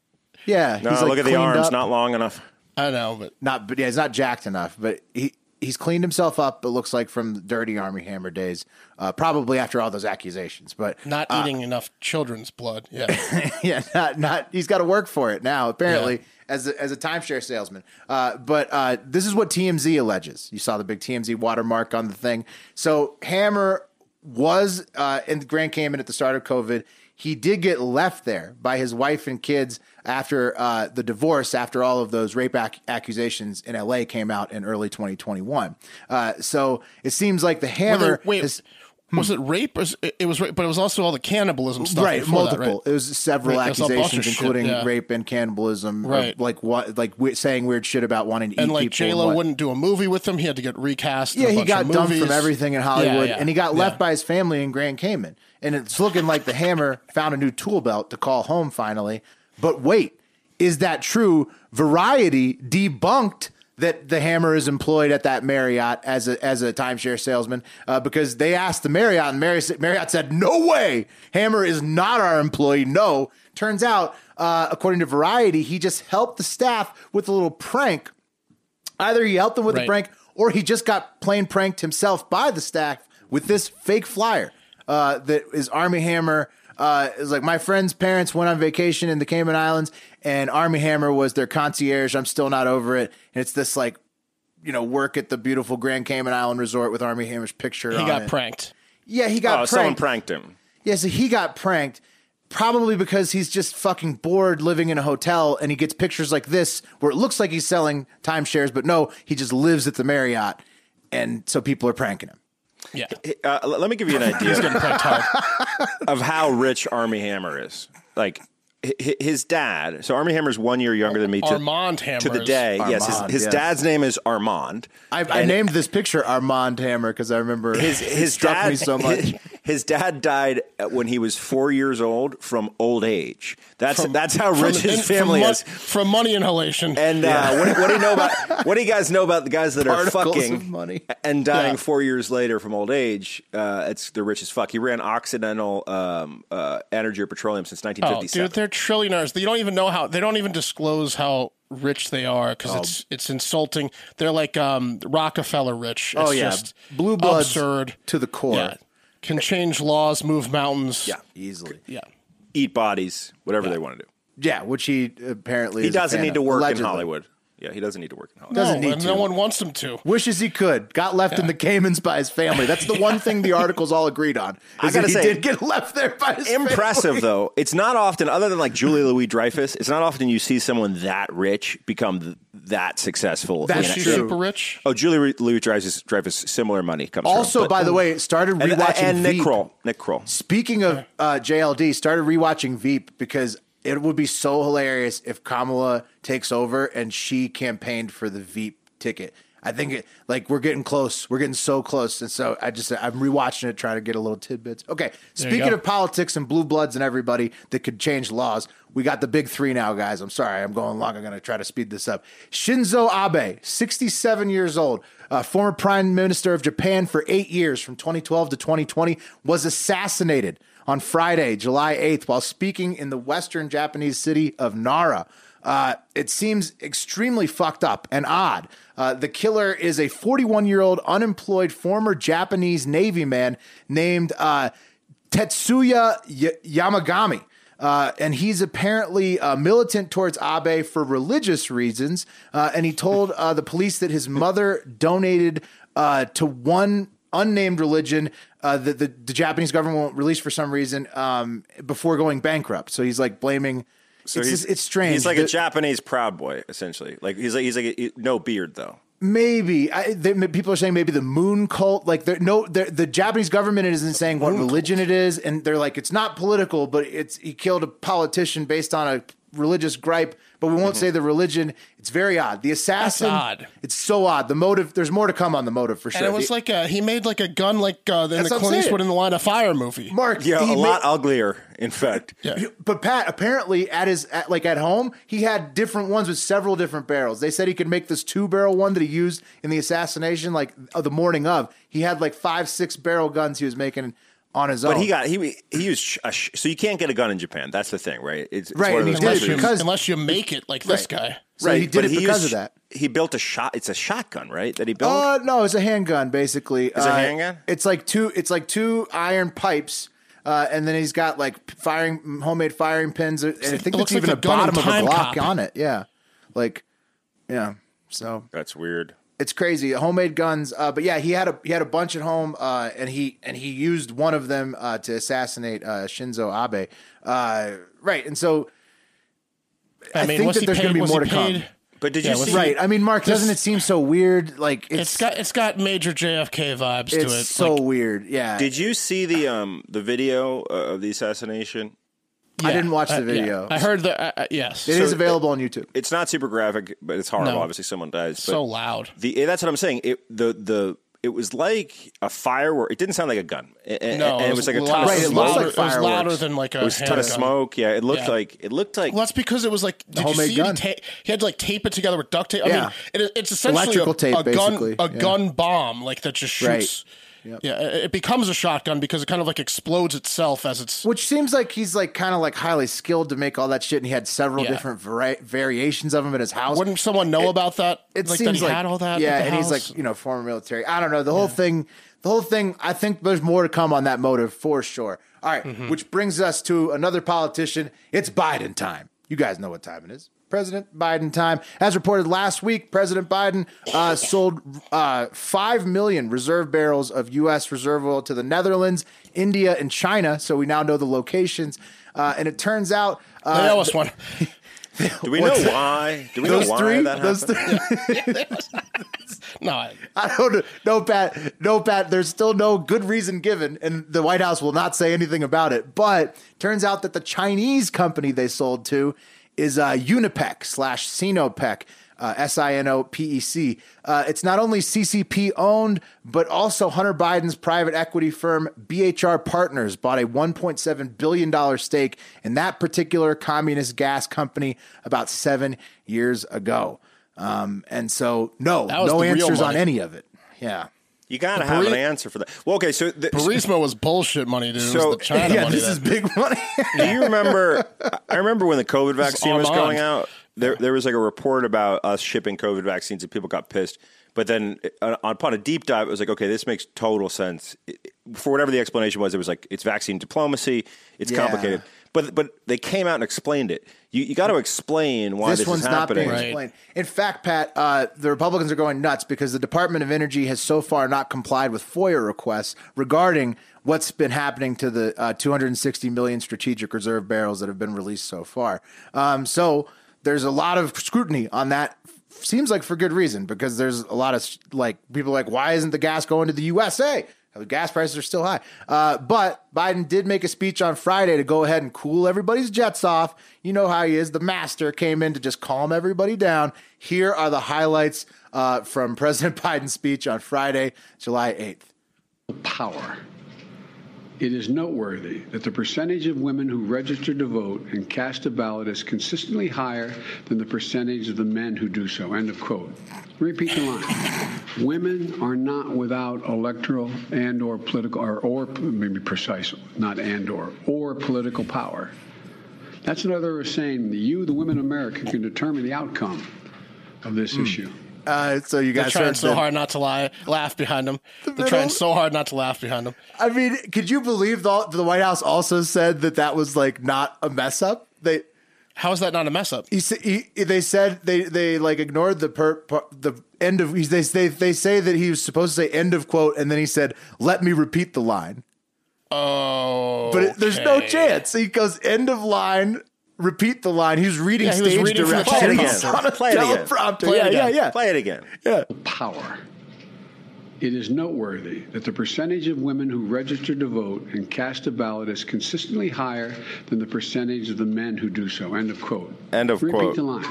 [SPEAKER 1] Yeah,
[SPEAKER 3] No,
[SPEAKER 1] he's like
[SPEAKER 3] look at the
[SPEAKER 1] cleaned
[SPEAKER 3] arms.
[SPEAKER 1] up.
[SPEAKER 3] Not long enough.
[SPEAKER 2] I know, but
[SPEAKER 1] not but yeah, he's not jacked enough, but he he's cleaned himself up. It looks like from the dirty army hammer days, uh, probably after all those accusations. But
[SPEAKER 2] not eating enough children's blood. Yeah.
[SPEAKER 1] yeah, not not he's got to work for it now apparently as a, as a timeshare salesman. Uh, but uh, this is what TMZ alleges. You saw the big TMZ watermark on the thing. So Hammer was uh, in Grand Cayman at the start of COVID. He did get left there by his wife and kids after uh, the divorce, after all of those rape ac- accusations in LA came out in early 2021. Uh, so it seems like the
[SPEAKER 2] Were there-
[SPEAKER 1] Hammer
[SPEAKER 2] wait,
[SPEAKER 1] is-
[SPEAKER 2] was it rape? Or is, it it was rape, but it was also all the cannibalism stuff.
[SPEAKER 1] right
[SPEAKER 2] before that,
[SPEAKER 1] multiple it was several
[SPEAKER 2] Right, there's a bunch of
[SPEAKER 1] accusations
[SPEAKER 2] shit,
[SPEAKER 1] including
[SPEAKER 2] yeah.
[SPEAKER 1] rape and cannibalism or,
[SPEAKER 2] Right.
[SPEAKER 1] like what like we- saying weird shit about wanting to
[SPEAKER 2] And
[SPEAKER 1] eat
[SPEAKER 2] like
[SPEAKER 1] people
[SPEAKER 2] J
[SPEAKER 1] and
[SPEAKER 2] Lo
[SPEAKER 1] what-
[SPEAKER 2] wouldn't do a movie with him. He had to get recast. in a
[SPEAKER 1] yeah he
[SPEAKER 2] bunch of
[SPEAKER 1] got dumped from
[SPEAKER 2] movies.
[SPEAKER 1] everything in
[SPEAKER 2] Yeah,
[SPEAKER 1] hollywood
[SPEAKER 2] yeah,
[SPEAKER 1] and he got
[SPEAKER 2] yeah.
[SPEAKER 1] left by his family in grand cayman and it's looking like the hammer found a new tool belt to call home finally but wait is that true variety debunked that the hammer is employed at that Marriott as a as a timeshare salesman uh, because they asked the Marriott and Marriott, Marriott said no way Hammer is not our employee no turns out uh, according to Variety he just helped the staff with a little prank Either he helped them with the
[SPEAKER 2] Right.
[SPEAKER 1] prank, or he just got plain pranked himself by the staff with this fake flyer uh, that is Army Hammer. Uh, is like my friend's parents went on vacation in the Cayman Islands, and Army Hammer was their concierge. I'm still not over it, and it's this like, you know, work at the beautiful Grand Cayman Island Resort with Army Hammer's picture.
[SPEAKER 2] He
[SPEAKER 1] on
[SPEAKER 2] got
[SPEAKER 1] it.
[SPEAKER 2] pranked.
[SPEAKER 1] Yeah, he
[SPEAKER 3] Oh,
[SPEAKER 1] got
[SPEAKER 3] someone
[SPEAKER 1] pranked.
[SPEAKER 3] pranked him.
[SPEAKER 1] Yeah, so he got pranked probably because he's just fucking bored living in a hotel and he gets pictures like this where it looks like he's selling timeshares, but no, he just lives at the Marriott. And so people are pranking him.
[SPEAKER 2] Yeah.
[SPEAKER 3] Uh, l- let me give you an idea. of how rich Army Hammer is. Like hi- hi- his dad. So Army Hammer's one year younger than me. To,
[SPEAKER 2] Armand Hammer
[SPEAKER 3] to the
[SPEAKER 2] is-
[SPEAKER 3] day. yes, his,
[SPEAKER 1] Armand,
[SPEAKER 3] his
[SPEAKER 1] yes.
[SPEAKER 3] dad's name is Armand.
[SPEAKER 1] I, I
[SPEAKER 3] And
[SPEAKER 1] named this picture Armand Hammer because I remember
[SPEAKER 3] his
[SPEAKER 1] it
[SPEAKER 3] his
[SPEAKER 1] struck
[SPEAKER 3] dad,
[SPEAKER 1] me so much.
[SPEAKER 3] His, dad died at- when he was four years old from old age. That's
[SPEAKER 2] From-
[SPEAKER 3] that's how
[SPEAKER 2] from
[SPEAKER 3] rich
[SPEAKER 2] an-
[SPEAKER 3] his family
[SPEAKER 2] from,
[SPEAKER 3] is.
[SPEAKER 2] mon- From money inhalation.
[SPEAKER 3] And uh, what, what do you know about what do you guys know about the guys that are
[SPEAKER 1] Particles
[SPEAKER 3] fucking
[SPEAKER 1] of money.
[SPEAKER 3] and dying
[SPEAKER 2] Yeah.
[SPEAKER 3] four years later from old age? Uh, it's the richest fuck. He ran Occidental um, uh, Energy or Petroleum since
[SPEAKER 2] oh,
[SPEAKER 3] 1957.
[SPEAKER 2] dude, they're trillionaires. They don't even know how. They don't even disclose how rich they are because
[SPEAKER 1] Oh.
[SPEAKER 2] it's it's insulting. They're like um, Rockefeller rich. It's
[SPEAKER 1] Oh, yeah.
[SPEAKER 2] just
[SPEAKER 1] Blue bloods
[SPEAKER 2] absurd
[SPEAKER 1] to the core.
[SPEAKER 2] Yeah. Can change laws, move mountains.
[SPEAKER 3] Yeah.
[SPEAKER 1] Easily.
[SPEAKER 2] Yeah.
[SPEAKER 3] eat bodies, whatever they want to do.
[SPEAKER 1] Yeah, which he apparently
[SPEAKER 3] He
[SPEAKER 1] is a
[SPEAKER 3] doesn't
[SPEAKER 1] fan
[SPEAKER 3] need to
[SPEAKER 1] of,
[SPEAKER 3] work
[SPEAKER 1] allegedly.
[SPEAKER 3] in Hollywood. Yeah, he doesn't need to work in Hollywood.
[SPEAKER 1] Doesn't
[SPEAKER 2] no,
[SPEAKER 1] need
[SPEAKER 2] and
[SPEAKER 1] to.
[SPEAKER 2] no one wants them to.
[SPEAKER 1] Wishes he could. Got left in the Caymans by his family. That's the one thing the articles all agreed on.
[SPEAKER 3] I
[SPEAKER 1] is that
[SPEAKER 3] gotta
[SPEAKER 1] he
[SPEAKER 3] say,
[SPEAKER 1] did get left there by his
[SPEAKER 3] Impressive
[SPEAKER 1] family.
[SPEAKER 3] though. It's not often, other than like Julia Louis Dreyfus, it's not often you see someone that rich become th- that successful.
[SPEAKER 1] That's
[SPEAKER 3] in a-
[SPEAKER 2] She's
[SPEAKER 1] true.
[SPEAKER 2] super rich.
[SPEAKER 3] Oh, Julia Louis Dreyfus, Dreyfus, similar money comes.
[SPEAKER 1] Also,
[SPEAKER 3] from, but-
[SPEAKER 1] by the way, started
[SPEAKER 3] and,
[SPEAKER 1] rewatching
[SPEAKER 3] and Nick
[SPEAKER 1] Veep.
[SPEAKER 3] Kroll. Nick Kroll.
[SPEAKER 1] Speaking of uh, JLD, started rewatching Veep because it would be so hilarious if Kamala takes over and she campaigned for the Veep ticket. I think it, like we're getting close. We're getting so close, and so I just I'm rewatching it, trying to get a little tidbits. Okay,
[SPEAKER 2] you
[SPEAKER 1] speaking
[SPEAKER 2] go.
[SPEAKER 1] of politics and blue bloods and everybody that could change laws, we got the big three now, guys. I'm sorry, I'm going long. I'm going to try to speed this up. Shinzo Abe, 67 years old, uh, former prime minister of Japan for eight years from 2012 to 2020, was assassinated on Friday, July 8th, while speaking in the western Japanese city of Nara. Uh, it seems extremely fucked up and odd. Uh, the killer is a 41 year old unemployed former Japanese Navy man named uh, Tetsuya Y- Yamagami. Uh, and he's apparently uh, militant towards Abe for religious reasons. Uh, and he told uh, the police that his mother donated uh, to one unnamed religion uh, that the, the Japanese government won't release for some reason um, before going bankrupt. So he's like blaming. it's,
[SPEAKER 3] he's-
[SPEAKER 1] just- it's strange.
[SPEAKER 3] He's like a
[SPEAKER 1] The-
[SPEAKER 3] Japanese proud boy, essentially. Like he's like he's like a, no beard though.
[SPEAKER 1] Maybe I, the, people are saying maybe the moon cult. Like there, no, they're, the Japanese government isn't saying what religion it is, and they're like it's not political, but it's he killed a politician based on a religious gripe. But we won't
[SPEAKER 3] Mm-hmm.
[SPEAKER 1] say the religion. It's very odd. The assassin.
[SPEAKER 2] odd.
[SPEAKER 1] It's so odd. The motive. There's more to come on the motive for sure.
[SPEAKER 2] And it was
[SPEAKER 1] The-
[SPEAKER 2] like a, he made like a gun like uh, in
[SPEAKER 1] That's what
[SPEAKER 2] the
[SPEAKER 1] I'm
[SPEAKER 2] Clint
[SPEAKER 1] saying.
[SPEAKER 2] Eastwood in the Line of Fire movie.
[SPEAKER 1] Mark.
[SPEAKER 3] Yeah,
[SPEAKER 1] he
[SPEAKER 3] a
[SPEAKER 1] ma-
[SPEAKER 3] lot uglier, in fact.
[SPEAKER 2] Yeah.
[SPEAKER 1] But Pat, apparently at his at, like at home, he had different ones with several different barrels. They said he could make this two barrel one that he used in the assassination, like of the morning of. He had like five, six barrel guns he was making on his own.
[SPEAKER 3] But he got he he used a sh- so you can't get a gun in Japan. That's the thing, right? It's, it's
[SPEAKER 1] Right,
[SPEAKER 3] One of
[SPEAKER 1] and
[SPEAKER 3] those
[SPEAKER 1] he's
[SPEAKER 2] Unless
[SPEAKER 1] did it
[SPEAKER 3] countries-
[SPEAKER 2] you,
[SPEAKER 1] because-
[SPEAKER 2] unless you make it like this guy.
[SPEAKER 1] so he did
[SPEAKER 3] but
[SPEAKER 1] it because
[SPEAKER 3] used-
[SPEAKER 1] of that.
[SPEAKER 3] He built a shot. It's a shotgun, right? That he built.
[SPEAKER 1] Uh, no, it's a handgun basically. It's
[SPEAKER 3] a handgun?
[SPEAKER 1] It's like two. It's like two iron pipes. Uh, and then he's got like firing homemade firing pins, uh, and I think
[SPEAKER 2] looks
[SPEAKER 1] that's even
[SPEAKER 2] like a
[SPEAKER 1] a
[SPEAKER 2] gun in
[SPEAKER 1] bottom of a
[SPEAKER 2] Time
[SPEAKER 1] Glock
[SPEAKER 2] Cop.
[SPEAKER 1] on it. Yeah, like, yeah. So
[SPEAKER 3] That's weird.
[SPEAKER 1] it's crazy homemade guns uh, but yeah he had a he had a bunch at home uh, and he and he used one of them uh, to assassinate uh, Shinzo Abe uh, right and so
[SPEAKER 2] I,
[SPEAKER 1] I
[SPEAKER 2] mean,
[SPEAKER 1] think
[SPEAKER 2] was
[SPEAKER 1] that
[SPEAKER 2] he
[SPEAKER 1] there's gonna
[SPEAKER 2] paid-
[SPEAKER 1] be
[SPEAKER 2] was he
[SPEAKER 1] more to come.
[SPEAKER 2] paid-
[SPEAKER 3] But did
[SPEAKER 2] Yeah,
[SPEAKER 3] you
[SPEAKER 2] was
[SPEAKER 3] see?
[SPEAKER 2] he-
[SPEAKER 1] right I mean Mark doesn't it seem so weird like it's
[SPEAKER 2] It's got it's got major JFK vibes to it.
[SPEAKER 1] it's so
[SPEAKER 2] Like,
[SPEAKER 1] weird yeah
[SPEAKER 3] Did you see the um the video uh, of the assassination?
[SPEAKER 1] I
[SPEAKER 2] yeah.
[SPEAKER 1] didn't watch the
[SPEAKER 2] Uh, yeah.
[SPEAKER 1] video
[SPEAKER 2] I heard that. Uh, yes,
[SPEAKER 1] It is
[SPEAKER 3] so-
[SPEAKER 1] available on YouTube
[SPEAKER 3] It's not super graphic, but it's horrible.
[SPEAKER 2] No.
[SPEAKER 3] Obviously, someone dies. But
[SPEAKER 2] so loud.
[SPEAKER 3] the eh, that's what I'm saying. It the the it was like a firework. It didn't sound like a gun. A- a-
[SPEAKER 2] No,
[SPEAKER 3] and it was, like a ton
[SPEAKER 2] louder,
[SPEAKER 3] of
[SPEAKER 1] Right, it
[SPEAKER 3] smoke.
[SPEAKER 1] looked like
[SPEAKER 2] louder- it was louder
[SPEAKER 1] fireworks.
[SPEAKER 2] than like a,
[SPEAKER 3] It was a ton of
[SPEAKER 2] handgun.
[SPEAKER 3] smoke. Yeah, it looked
[SPEAKER 2] Yeah.
[SPEAKER 3] like it looked like
[SPEAKER 2] Well, that's because it was like did you
[SPEAKER 1] homemade
[SPEAKER 2] see
[SPEAKER 1] gun.
[SPEAKER 2] He, ta- he had to like tape it together with duct tape. I
[SPEAKER 1] Yeah.
[SPEAKER 2] mean, it, it's essentially
[SPEAKER 1] Electrical
[SPEAKER 2] a,
[SPEAKER 1] tape,
[SPEAKER 2] a gun,
[SPEAKER 1] basically,
[SPEAKER 2] a
[SPEAKER 1] yeah.
[SPEAKER 2] gun bomb, like that just shoots. Yeah, it it becomes a shotgun because it kind of like explodes itself as it's.
[SPEAKER 1] which seems like he's like kind of like highly skilled to make all that shit and he had several
[SPEAKER 2] Yeah.
[SPEAKER 1] different vari- variations of them in his house
[SPEAKER 2] Wouldn't someone know about that?
[SPEAKER 1] it
[SPEAKER 2] like
[SPEAKER 1] seems
[SPEAKER 2] that he
[SPEAKER 1] like
[SPEAKER 2] had all that. at
[SPEAKER 1] Yeah,
[SPEAKER 2] the
[SPEAKER 1] and he's
[SPEAKER 2] house?
[SPEAKER 1] like you know former military. I don't know the whole thing. The whole thing. I think there's more to come on that motive for sure. All right,
[SPEAKER 2] Mm-hmm.
[SPEAKER 1] which brings us to another politician. It's Biden time. You guys know what time it is. President Biden time. As reported last week, President Biden uh, sold uh, 5 million reserve barrels of U.S. reserve oil to the Netherlands, India, and China. So we now know the locations. Uh, and it turns out uh,
[SPEAKER 2] they owe us one.
[SPEAKER 3] Do we know
[SPEAKER 1] What's that?
[SPEAKER 3] why? Do we
[SPEAKER 1] those
[SPEAKER 3] know why
[SPEAKER 1] three,
[SPEAKER 3] that
[SPEAKER 1] those
[SPEAKER 3] happened?
[SPEAKER 1] three,
[SPEAKER 2] No, I-
[SPEAKER 1] I don't know. No, Pat. No, Pat. There's still no good reason given, and the White House will not say anything about it. But turns out that the Chinese company they sold to is uh, Unipec slash Sinopec. Uh, S I N O P E C. Uh, it's not only CCP owned, but also Hunter Biden's private equity firm BHR Partners bought a $1.7 billion stake in that particular communist gas company about seven years ago. Um, and so, no,
[SPEAKER 2] That was
[SPEAKER 1] no
[SPEAKER 2] the real
[SPEAKER 1] answers on
[SPEAKER 2] money.
[SPEAKER 1] any any of it. Yeah.
[SPEAKER 3] You gotta have an
[SPEAKER 2] Bari-
[SPEAKER 3] answer for that. Well, okay, so the,
[SPEAKER 2] Burisma was bullshit money, dude. it
[SPEAKER 3] So-
[SPEAKER 2] was the China
[SPEAKER 1] yeah,
[SPEAKER 2] money.
[SPEAKER 1] this
[SPEAKER 2] that-
[SPEAKER 1] is big money.
[SPEAKER 3] do you remember? I- I remember when the COVID vaccine was
[SPEAKER 2] Armand.
[SPEAKER 3] going out. There, there was like a report about us shipping COVID vaccines, and people got pissed. But then, uh, upon a deep dive, it was like, okay, this makes total sense. It- For whatever the explanation was, it was like it's vaccine diplomacy. It's
[SPEAKER 1] Yeah.
[SPEAKER 3] complicated. But but they came out and explained it. You you got to explain why this,
[SPEAKER 1] this, one's
[SPEAKER 3] is
[SPEAKER 1] not
[SPEAKER 3] happening.
[SPEAKER 1] being
[SPEAKER 2] Right.
[SPEAKER 1] explained. In fact, Pat, uh, the Republicans are going nuts because the Department of Energy has so far not complied with FOIA requests regarding what's been happening to the uh, 260 million strategic reserve barrels that have been released so far. Um, so there's a lot of scrutiny on that. Seems like for good reason because there's a lot of s- like people are like why isn't the gas going to the USA? Gas prices are still high. Uh, but Biden did make a speech on Friday to go ahead and cool everybody's jets off. You know how he is. The master came in to just calm everybody down. Here are the highlights uh, from President Biden's speech on Friday, July 8th.
[SPEAKER 6] power. It is noteworthy that the percentage of women who registered to vote and cast a ballot is consistently higher than the percentage of the men who do so. End of quote. Repeat the line. women are not without electoral and or political or, or maybe precise, not and or or political power. That's another way of saying that you, the women of America, can determine the outcome of this issue.
[SPEAKER 1] Uh, so you
[SPEAKER 2] They're
[SPEAKER 1] guys
[SPEAKER 2] trying
[SPEAKER 1] heard
[SPEAKER 2] so
[SPEAKER 1] the-
[SPEAKER 2] hard not to lie, laugh behind them. They're
[SPEAKER 1] middle-
[SPEAKER 2] trying so hard not to laugh behind them.
[SPEAKER 1] I mean, could you believe the, the White House also said that that was like not a mess up? They
[SPEAKER 2] How is that not a mess up?
[SPEAKER 1] He, sa- he, they said they, they like ignored the per, per the end of he's- they they they say that he was supposed to say end of quote and then he said let me repeat the line
[SPEAKER 2] Oh,
[SPEAKER 1] but it, there's no
[SPEAKER 2] okay.
[SPEAKER 1] chance he goes end of line repeat the line he was reading
[SPEAKER 2] Yeah, he was
[SPEAKER 1] stage
[SPEAKER 2] reading from the
[SPEAKER 1] directions
[SPEAKER 3] teleprompter.
[SPEAKER 1] on a
[SPEAKER 3] Play it again.
[SPEAKER 1] teleprompter
[SPEAKER 2] Play
[SPEAKER 1] yeah
[SPEAKER 2] it
[SPEAKER 1] yeah
[SPEAKER 2] again.
[SPEAKER 1] yeah
[SPEAKER 3] Play it again.
[SPEAKER 6] power. It is noteworthy that the percentage of women who register to vote and cast a ballot is consistently higher than the percentage of the men who do so. End of quote.
[SPEAKER 3] End of
[SPEAKER 6] Repeat
[SPEAKER 3] quote.
[SPEAKER 6] the line.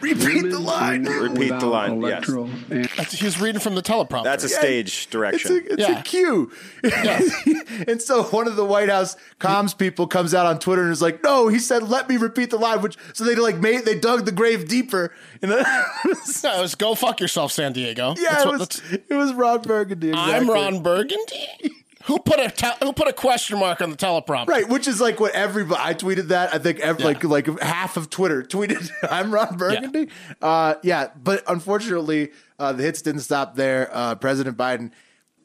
[SPEAKER 1] repeat
[SPEAKER 6] Women
[SPEAKER 1] the
[SPEAKER 6] are
[SPEAKER 1] line
[SPEAKER 6] not
[SPEAKER 3] Repeat the
[SPEAKER 6] without
[SPEAKER 3] line, yes.
[SPEAKER 6] Electoral
[SPEAKER 2] That's- He was reading from the teleprompter.
[SPEAKER 3] That's a stage
[SPEAKER 1] It's a,
[SPEAKER 3] direction.
[SPEAKER 1] it's
[SPEAKER 2] Yeah.
[SPEAKER 1] a cue. and so one of the White House comms people comes out on Twitter and is like, no, he said, let me repeat the line, which so they like made, they dug the grave deeper. And then-
[SPEAKER 2] no, it was go fuck yourself, San Diego.
[SPEAKER 1] yeah,
[SPEAKER 2] That's
[SPEAKER 1] it
[SPEAKER 2] what-
[SPEAKER 1] was,
[SPEAKER 2] that's-
[SPEAKER 1] it was Ron Burgundy. Exactly.
[SPEAKER 2] I'm Ron Burgundy. Who put a te- who put a question mark on the teleprompter?
[SPEAKER 1] Right, which is like what everybody. I tweeted that. I think ev-
[SPEAKER 2] Yeah.
[SPEAKER 1] like like half of Twitter tweeted. I'm Ron Burgundy. Yeah. Uh, yeah, but unfortunately, uh, the hits didn't stop there. Uh, President Biden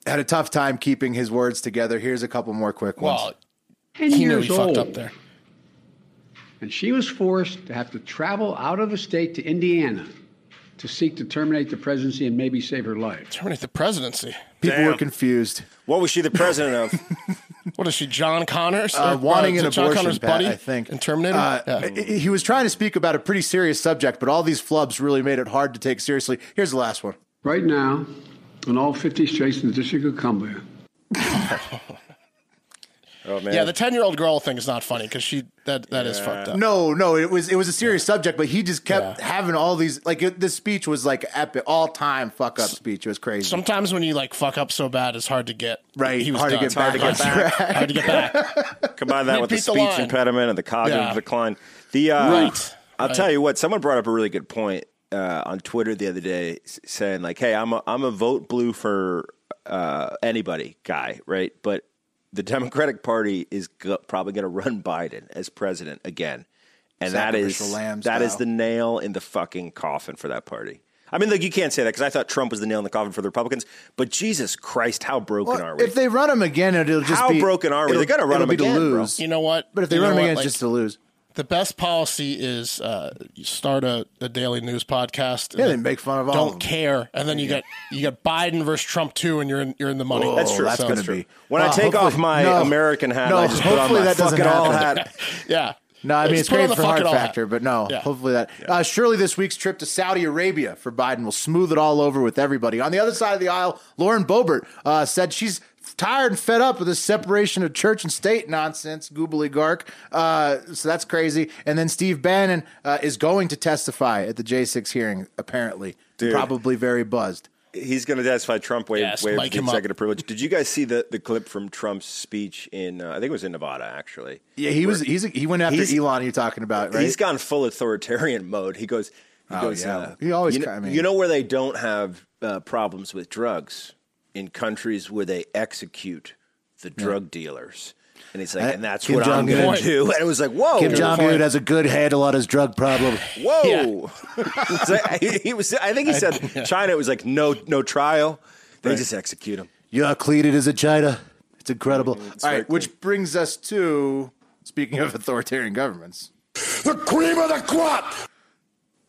[SPEAKER 1] had a tough time keeping his words together. Here's a couple more quick ones.
[SPEAKER 2] Well,
[SPEAKER 6] Ten
[SPEAKER 2] he knew
[SPEAKER 6] years
[SPEAKER 2] he
[SPEAKER 6] old,
[SPEAKER 2] fucked up there.
[SPEAKER 6] and she was forced to have to travel out of the state to Indiana to seek to terminate the presidency and maybe save her life.
[SPEAKER 2] Terminate the presidency.
[SPEAKER 1] People were
[SPEAKER 3] Damn.
[SPEAKER 1] confused.
[SPEAKER 3] What was she the president of?
[SPEAKER 2] What is she, John Connors?
[SPEAKER 1] uh,
[SPEAKER 2] Or,
[SPEAKER 1] wanting
[SPEAKER 2] uh,
[SPEAKER 1] an
[SPEAKER 2] John
[SPEAKER 1] abortion,
[SPEAKER 2] Connor's
[SPEAKER 1] Pat,
[SPEAKER 2] buddy
[SPEAKER 1] I think.
[SPEAKER 2] And Terminator?
[SPEAKER 1] Uh,
[SPEAKER 2] Yeah.
[SPEAKER 1] he- He was trying to speak about a pretty serious subject, but all these flubs really made it hard to take seriously. Here's the last one.
[SPEAKER 6] Right now, in all 50 states in the District of Columbia,
[SPEAKER 3] Oh man.
[SPEAKER 2] yeah, the ten-year-old girl thing is not funny because she that that is fucked up.
[SPEAKER 1] No, no, it was it was a serious subject, but he just kept
[SPEAKER 2] Yeah.
[SPEAKER 1] having all these like it, this speech was like epic, all time fuck up speech. It was crazy.
[SPEAKER 2] Sometimes when you like fuck up so bad, it's hard to get
[SPEAKER 1] Right,
[SPEAKER 2] He was
[SPEAKER 1] hard to
[SPEAKER 2] done.
[SPEAKER 1] get back
[SPEAKER 2] Hard to
[SPEAKER 1] on
[SPEAKER 2] get
[SPEAKER 1] track.
[SPEAKER 2] back. Hard to get back.
[SPEAKER 3] Combine that with the
[SPEAKER 2] Repeat the
[SPEAKER 3] speech
[SPEAKER 2] line.
[SPEAKER 3] impediment and the cognitive
[SPEAKER 2] Yeah.
[SPEAKER 3] decline. The uh,
[SPEAKER 2] Right.
[SPEAKER 3] I'll
[SPEAKER 2] Right.
[SPEAKER 3] tell you what. Someone brought up a really good point uh, on Twitter the other day, s- saying like, "Hey, I'm a, I'm a vote blue for uh, anybody guy, right?" But the Democratic Party is go- probably going to run Biden as president again, and that is
[SPEAKER 1] Sacrificial lamb
[SPEAKER 3] that is
[SPEAKER 1] style.
[SPEAKER 3] the nail in the fucking coffin for that party. I mean, like you can't say that because I thought Trump was the nail in the coffin for the Republicans. But Jesus Christ, how broken
[SPEAKER 1] Well,
[SPEAKER 3] are we?
[SPEAKER 1] if they run him again, it'll just
[SPEAKER 3] How
[SPEAKER 1] be
[SPEAKER 3] broken are we? They
[SPEAKER 1] it'll-
[SPEAKER 3] gotta run
[SPEAKER 1] it'll
[SPEAKER 3] him
[SPEAKER 1] be
[SPEAKER 3] again,
[SPEAKER 1] to
[SPEAKER 3] bro.
[SPEAKER 1] lose.
[SPEAKER 2] You know what?
[SPEAKER 1] But if they
[SPEAKER 2] You
[SPEAKER 1] run
[SPEAKER 2] know
[SPEAKER 1] him
[SPEAKER 2] what?
[SPEAKER 1] again,
[SPEAKER 2] Like-
[SPEAKER 1] it's just to lose.
[SPEAKER 2] the best policy is uh, you start a, a daily news podcast. and
[SPEAKER 1] Yeah, they
[SPEAKER 2] then
[SPEAKER 1] make fun of all.
[SPEAKER 2] don't
[SPEAKER 1] of them.
[SPEAKER 2] care, and then you get you get Biden versus Trump too, and you're in you're in the money.
[SPEAKER 3] Oh, That's true.
[SPEAKER 1] That's
[SPEAKER 3] So-
[SPEAKER 1] gonna
[SPEAKER 3] that's true.
[SPEAKER 1] be.
[SPEAKER 3] When I
[SPEAKER 1] Well,
[SPEAKER 3] take off
[SPEAKER 1] hopefully-
[SPEAKER 3] my
[SPEAKER 1] no.
[SPEAKER 3] American hat,
[SPEAKER 1] No,
[SPEAKER 3] I just put on
[SPEAKER 1] hopefully
[SPEAKER 3] my
[SPEAKER 1] that doesn't
[SPEAKER 3] fucking all
[SPEAKER 1] happen.
[SPEAKER 3] hat.
[SPEAKER 2] Yeah.
[SPEAKER 1] No, I mean
[SPEAKER 2] Just
[SPEAKER 1] it's
[SPEAKER 2] put
[SPEAKER 1] great
[SPEAKER 2] on the
[SPEAKER 1] for
[SPEAKER 2] fuck
[SPEAKER 1] hard
[SPEAKER 2] it all hat.
[SPEAKER 1] factor, but no,
[SPEAKER 2] Yeah.
[SPEAKER 1] hopefully that. Uh, surely this week's trip to Saudi Arabia for Biden will smooth it all over with everybody. On the other side of the aisle, Lauren Boebert uh, said she's tired and fed up with this separation of church and state nonsense, goobly gark. Uh, so that's crazy. And then Steve Bannon uh, is going to testify at the J6 hearing, apparently.
[SPEAKER 3] Dude.
[SPEAKER 1] Probably very buzzed.
[SPEAKER 3] He's going to testify. Trump waived,
[SPEAKER 2] Yes,
[SPEAKER 3] waived
[SPEAKER 2] mic
[SPEAKER 3] the
[SPEAKER 2] him up.
[SPEAKER 3] executive privilege. Did you guys see the, the clip from Trump's speech in? Uh, I think it was in Nevada, actually.
[SPEAKER 1] Yeah, he was.
[SPEAKER 3] Where-
[SPEAKER 1] He's he went after
[SPEAKER 3] He's-
[SPEAKER 1] Elon. You're talking about right? Oh,
[SPEAKER 3] He's gone full authoritarian mode. He goes. He goes.
[SPEAKER 1] yeah.
[SPEAKER 3] Uh,
[SPEAKER 1] He always
[SPEAKER 3] You know,
[SPEAKER 1] kinda- I mean-
[SPEAKER 3] you know where they don't have uh, problems with drugs in countries where they execute the drug dealers. And he's like,
[SPEAKER 1] That-
[SPEAKER 3] and that's
[SPEAKER 1] Uh, Kim
[SPEAKER 3] what I'm
[SPEAKER 1] Jong-un.
[SPEAKER 3] going to do. And it was like, whoa,
[SPEAKER 1] Kim
[SPEAKER 3] Good
[SPEAKER 1] Jong
[SPEAKER 3] point.
[SPEAKER 1] Un has a good handle on his drug problem.
[SPEAKER 3] Whoa! So I- he was. I think he said China was like no, no trial. They just execute him.
[SPEAKER 1] Your Cleated is a China. It's incredible. All
[SPEAKER 3] very
[SPEAKER 1] right, which brings us to speaking of authoritarian governments.
[SPEAKER 7] The cream of the crop!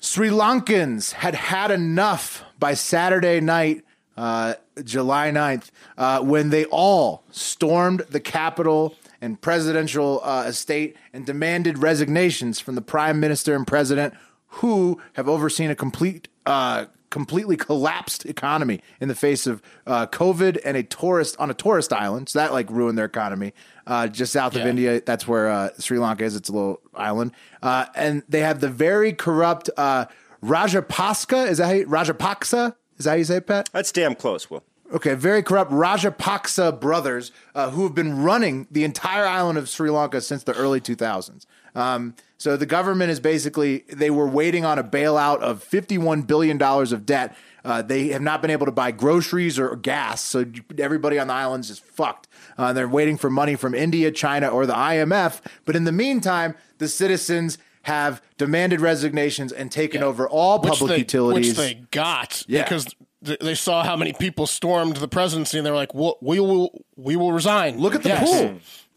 [SPEAKER 1] Sri Lankans had had enough by Saturday night, uh, July 9th, uh, when they all stormed the Capitol and presidential uh, estate and demanded resignations from the prime minister and president who have overseen a complete, uh, completely collapsed economy in the face of uh, COVID and a tourist on a tourist island. So that like ruined their economy uh, just south of
[SPEAKER 2] Yeah.
[SPEAKER 1] India. India. That's where uh, Sri Lanka is. It's a little island, uh, and they have the very corrupt uh, Rajapaksa. Is that how you, Rajapaksa? Is that how you say it, Pat?
[SPEAKER 3] That's damn close. Will
[SPEAKER 1] Okay, very corrupt Rajapaksa brothers uh, who have been running the entire island of Sri Lanka since the early 2000s. Um, so the government is basically, they were waiting on a bailout of $51 billion of debt. Uh, they have not been able to buy groceries or gas, so everybody on the islands is fucked. Uh, they're waiting for money from India, China, or the IMF. But in the meantime, the citizens have demanded resignations and taken over all
[SPEAKER 2] Which
[SPEAKER 1] public
[SPEAKER 2] they,
[SPEAKER 1] utilities.
[SPEAKER 2] Which they got
[SPEAKER 1] Yeah.
[SPEAKER 2] because th- they saw how many people stormed the presidency and they were like, well, we will we will resign.
[SPEAKER 1] Look at the
[SPEAKER 3] Mm.
[SPEAKER 2] Yes.
[SPEAKER 1] pool.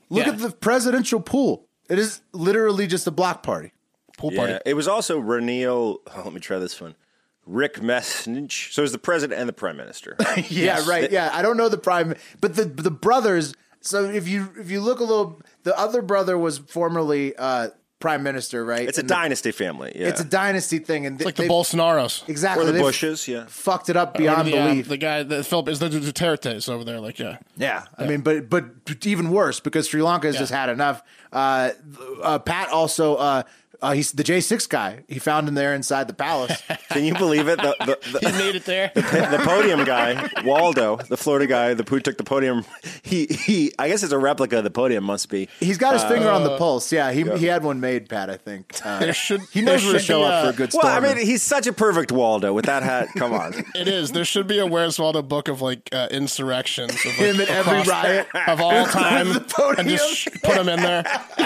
[SPEAKER 1] Look
[SPEAKER 2] Yeah.
[SPEAKER 1] at the presidential pool. It is literally just a block party.
[SPEAKER 2] pool party.
[SPEAKER 3] Yeah, it was also Renil. Oh, let me try this one. Rick Message. So it was the president and the prime minister.
[SPEAKER 1] Yeah, right. Yeah, I don't know the prime, but the the brothers. So if you if you look a little, the other brother was formerly uh, prime minister, right?
[SPEAKER 3] It's a
[SPEAKER 1] And the-
[SPEAKER 3] dynasty family. Yeah,
[SPEAKER 1] It's a dynasty thing, and
[SPEAKER 2] It's like
[SPEAKER 1] they,
[SPEAKER 2] the Bolsonaros.
[SPEAKER 1] exactly
[SPEAKER 3] or the
[SPEAKER 1] they
[SPEAKER 3] Bushes. Yeah,
[SPEAKER 1] fucked it up
[SPEAKER 2] Or
[SPEAKER 1] beyond
[SPEAKER 2] the, uh,
[SPEAKER 1] belief.
[SPEAKER 2] the guy, the Philip is the Duterte's over there. Like, yeah,
[SPEAKER 1] Yeah, I mean, but but even worse because Sri Lanka has
[SPEAKER 2] Yeah.
[SPEAKER 1] just had enough. Uh, uh, Pat also, uh, uh, he's the J six guy. He found him there inside the palace.
[SPEAKER 3] can you believe it? The, the,
[SPEAKER 2] he
[SPEAKER 3] the,
[SPEAKER 2] made it there.
[SPEAKER 3] the podium guy, Waldo, the Florida guy, the who took the podium. He he. I guess it's a replica of the podium. Must be.
[SPEAKER 1] he's got his finger on the pulse. Yeah, he he had one made. Pat, I think uh,
[SPEAKER 2] There should-
[SPEAKER 1] he knows
[SPEAKER 2] there
[SPEAKER 1] where to
[SPEAKER 2] should
[SPEAKER 1] show
[SPEAKER 2] be
[SPEAKER 1] up
[SPEAKER 2] a-
[SPEAKER 1] for a good
[SPEAKER 3] Well,
[SPEAKER 1] storm.
[SPEAKER 3] I mean, he's such a perfect Waldo with that hat. Come on.
[SPEAKER 2] It is. There should be a Where's Waldo book of like uh, insurrections of like,
[SPEAKER 1] him at every
[SPEAKER 2] across-
[SPEAKER 1] riot.
[SPEAKER 2] of all time, and
[SPEAKER 1] podium.
[SPEAKER 2] just sh- put him in there.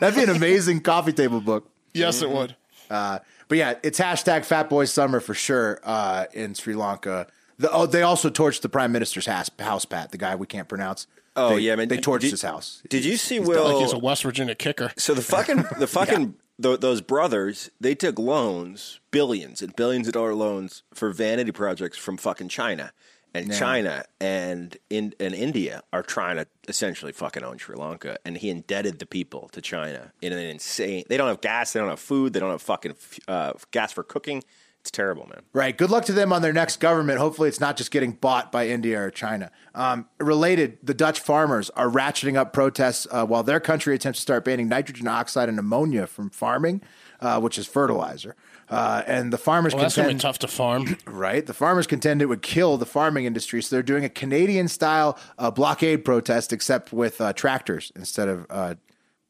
[SPEAKER 1] That'd be an amazing coffee table book.
[SPEAKER 2] Yes, it would.
[SPEAKER 1] Uh, but yeah, it's hashtag Fat Boy Summer for sure uh, in Sri Lanka. The, oh, they also torched the prime minister's house, house, Pat, the guy we can't pronounce.
[SPEAKER 3] Oh
[SPEAKER 1] They-
[SPEAKER 3] yeah, I mean,
[SPEAKER 1] they torched
[SPEAKER 3] did-
[SPEAKER 1] his house.
[SPEAKER 3] Did you see
[SPEAKER 2] Like he's a
[SPEAKER 3] Will?
[SPEAKER 2] West Virginia kicker.
[SPEAKER 3] So the fucking the fucking tho- those brothers, they took loans, billions and billions of dollar loans for vanity projects from fucking China. And China and in and India are trying to essentially fucking own Sri Lanka. And he indebted the people to China in an insane. They don't have gas. They don't have food. They don't have fucking uh, gas for cooking. It's terrible, man.
[SPEAKER 1] Right. Good luck to them on their next government. Hopefully, it's not just getting bought by India or China. Um, related, the Dutch farmers are ratcheting up protests uh, while their country attempts to start banning nitrogen oxide and ammonia from farming, uh, which is fertilizer. Uh, and the farmers
[SPEAKER 2] Well, that's gonna be
[SPEAKER 1] contend,
[SPEAKER 2] tough to farm.
[SPEAKER 1] right? The farmers contend it would kill the farming industry, so they're doing a Canadian-style uh, blockade protest, except with uh, tractors instead of uh,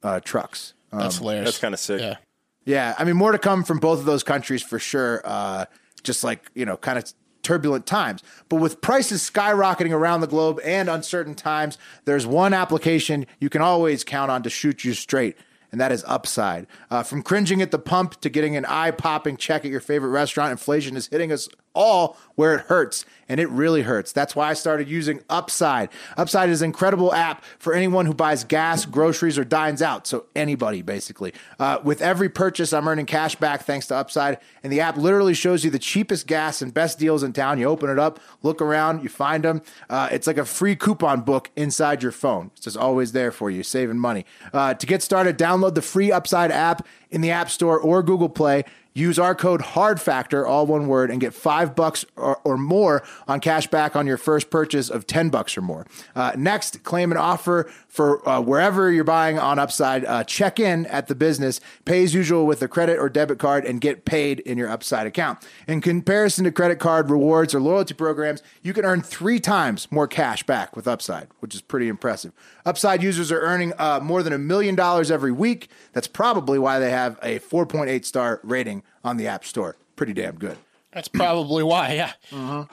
[SPEAKER 1] uh, trucks.
[SPEAKER 2] That's hilarious.
[SPEAKER 3] that's kinda sick.
[SPEAKER 2] Yeah.
[SPEAKER 1] Yeah, I mean, more to come from both of those countries for sure. Uh, just like you know, kind of turbulent times. But with prices skyrocketing around the globe and uncertain times, there's one application you can always count on to shoot you straight. And that is upside. Uh, from cringing at the pump to getting an eye popping check at your favorite restaurant, inflation is hitting us all where it hurts, and it really hurts. That's why I started using Upside. Upside is an incredible app for anyone who buys gas, groceries, or dines out. So anybody, basically. Uh, with every purchase, I'm earning cash back thanks to Upside, and the app literally shows you the cheapest gas and best deals in town. You open it up, look around, you find them. Uh, it's like a free coupon book inside your phone. It's just always there for you, saving money. Uh, to get started, download the free Upside app in the App Store or Google Play. Use our code HARDFACTOR, all one word, and get five bucks or, or more on cash back on your first purchase of 10 bucks or more. Uh, next, claim an offer for uh, wherever you're buying on Upside. Uh, check in at the business, pay as usual with a credit or debit card, and get paid in your Upside account. In comparison to credit card rewards or loyalty programs, you can earn three times more cash back with Upside, which is pretty impressive. Upside users are earning uh, more than a million dollars every week. That's probably why they have a 4.8 star rating on the App Store. Pretty damn good.
[SPEAKER 2] That's probably why. Yeah.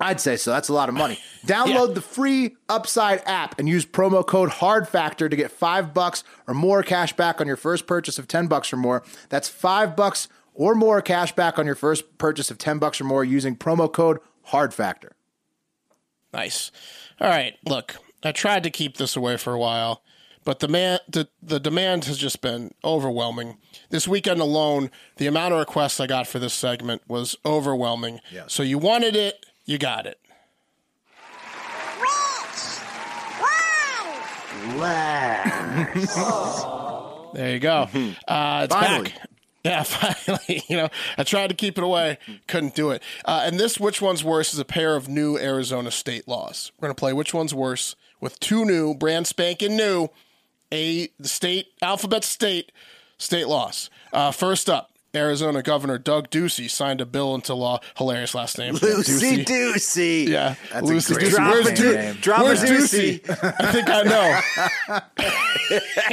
[SPEAKER 1] I'd say so. That's a lot of money. Download the free Upside app and use promo code HARDFACTOR to get five bucks or more cash back on your first purchase of ten bucks or more. That's five bucks or more cash back on your first purchase of ten bucks or more using promo code HARDFACTOR.
[SPEAKER 2] Nice. All right. Look, I tried to keep this away for a while, but the man the, the demand has just been overwhelming. This weekend alone, the amount of requests I got for this segment was overwhelming. So you wanted it, you got it. There you go.
[SPEAKER 3] Mm-hmm.
[SPEAKER 2] Uh, it's
[SPEAKER 1] Finally.
[SPEAKER 2] back. Yeah, finally. You know, I tried to keep it away, couldn't do it. Uh, and this, which one's worse, is a pair of new Arizona state laws. We're gonna play which one's worse with two new, brand spanking new, a the state alphabet state state laws. Uh, first up. Arizona Governor Doug Ducey signed a bill into law. Hilarious last name.
[SPEAKER 3] Lucy Ducey.
[SPEAKER 2] Yeah,
[SPEAKER 1] That's a great
[SPEAKER 2] Ducey. Where's,
[SPEAKER 1] name.
[SPEAKER 2] Du-
[SPEAKER 1] Name.
[SPEAKER 3] Drama
[SPEAKER 2] Where's
[SPEAKER 3] Ducey.
[SPEAKER 2] Ducey? I think I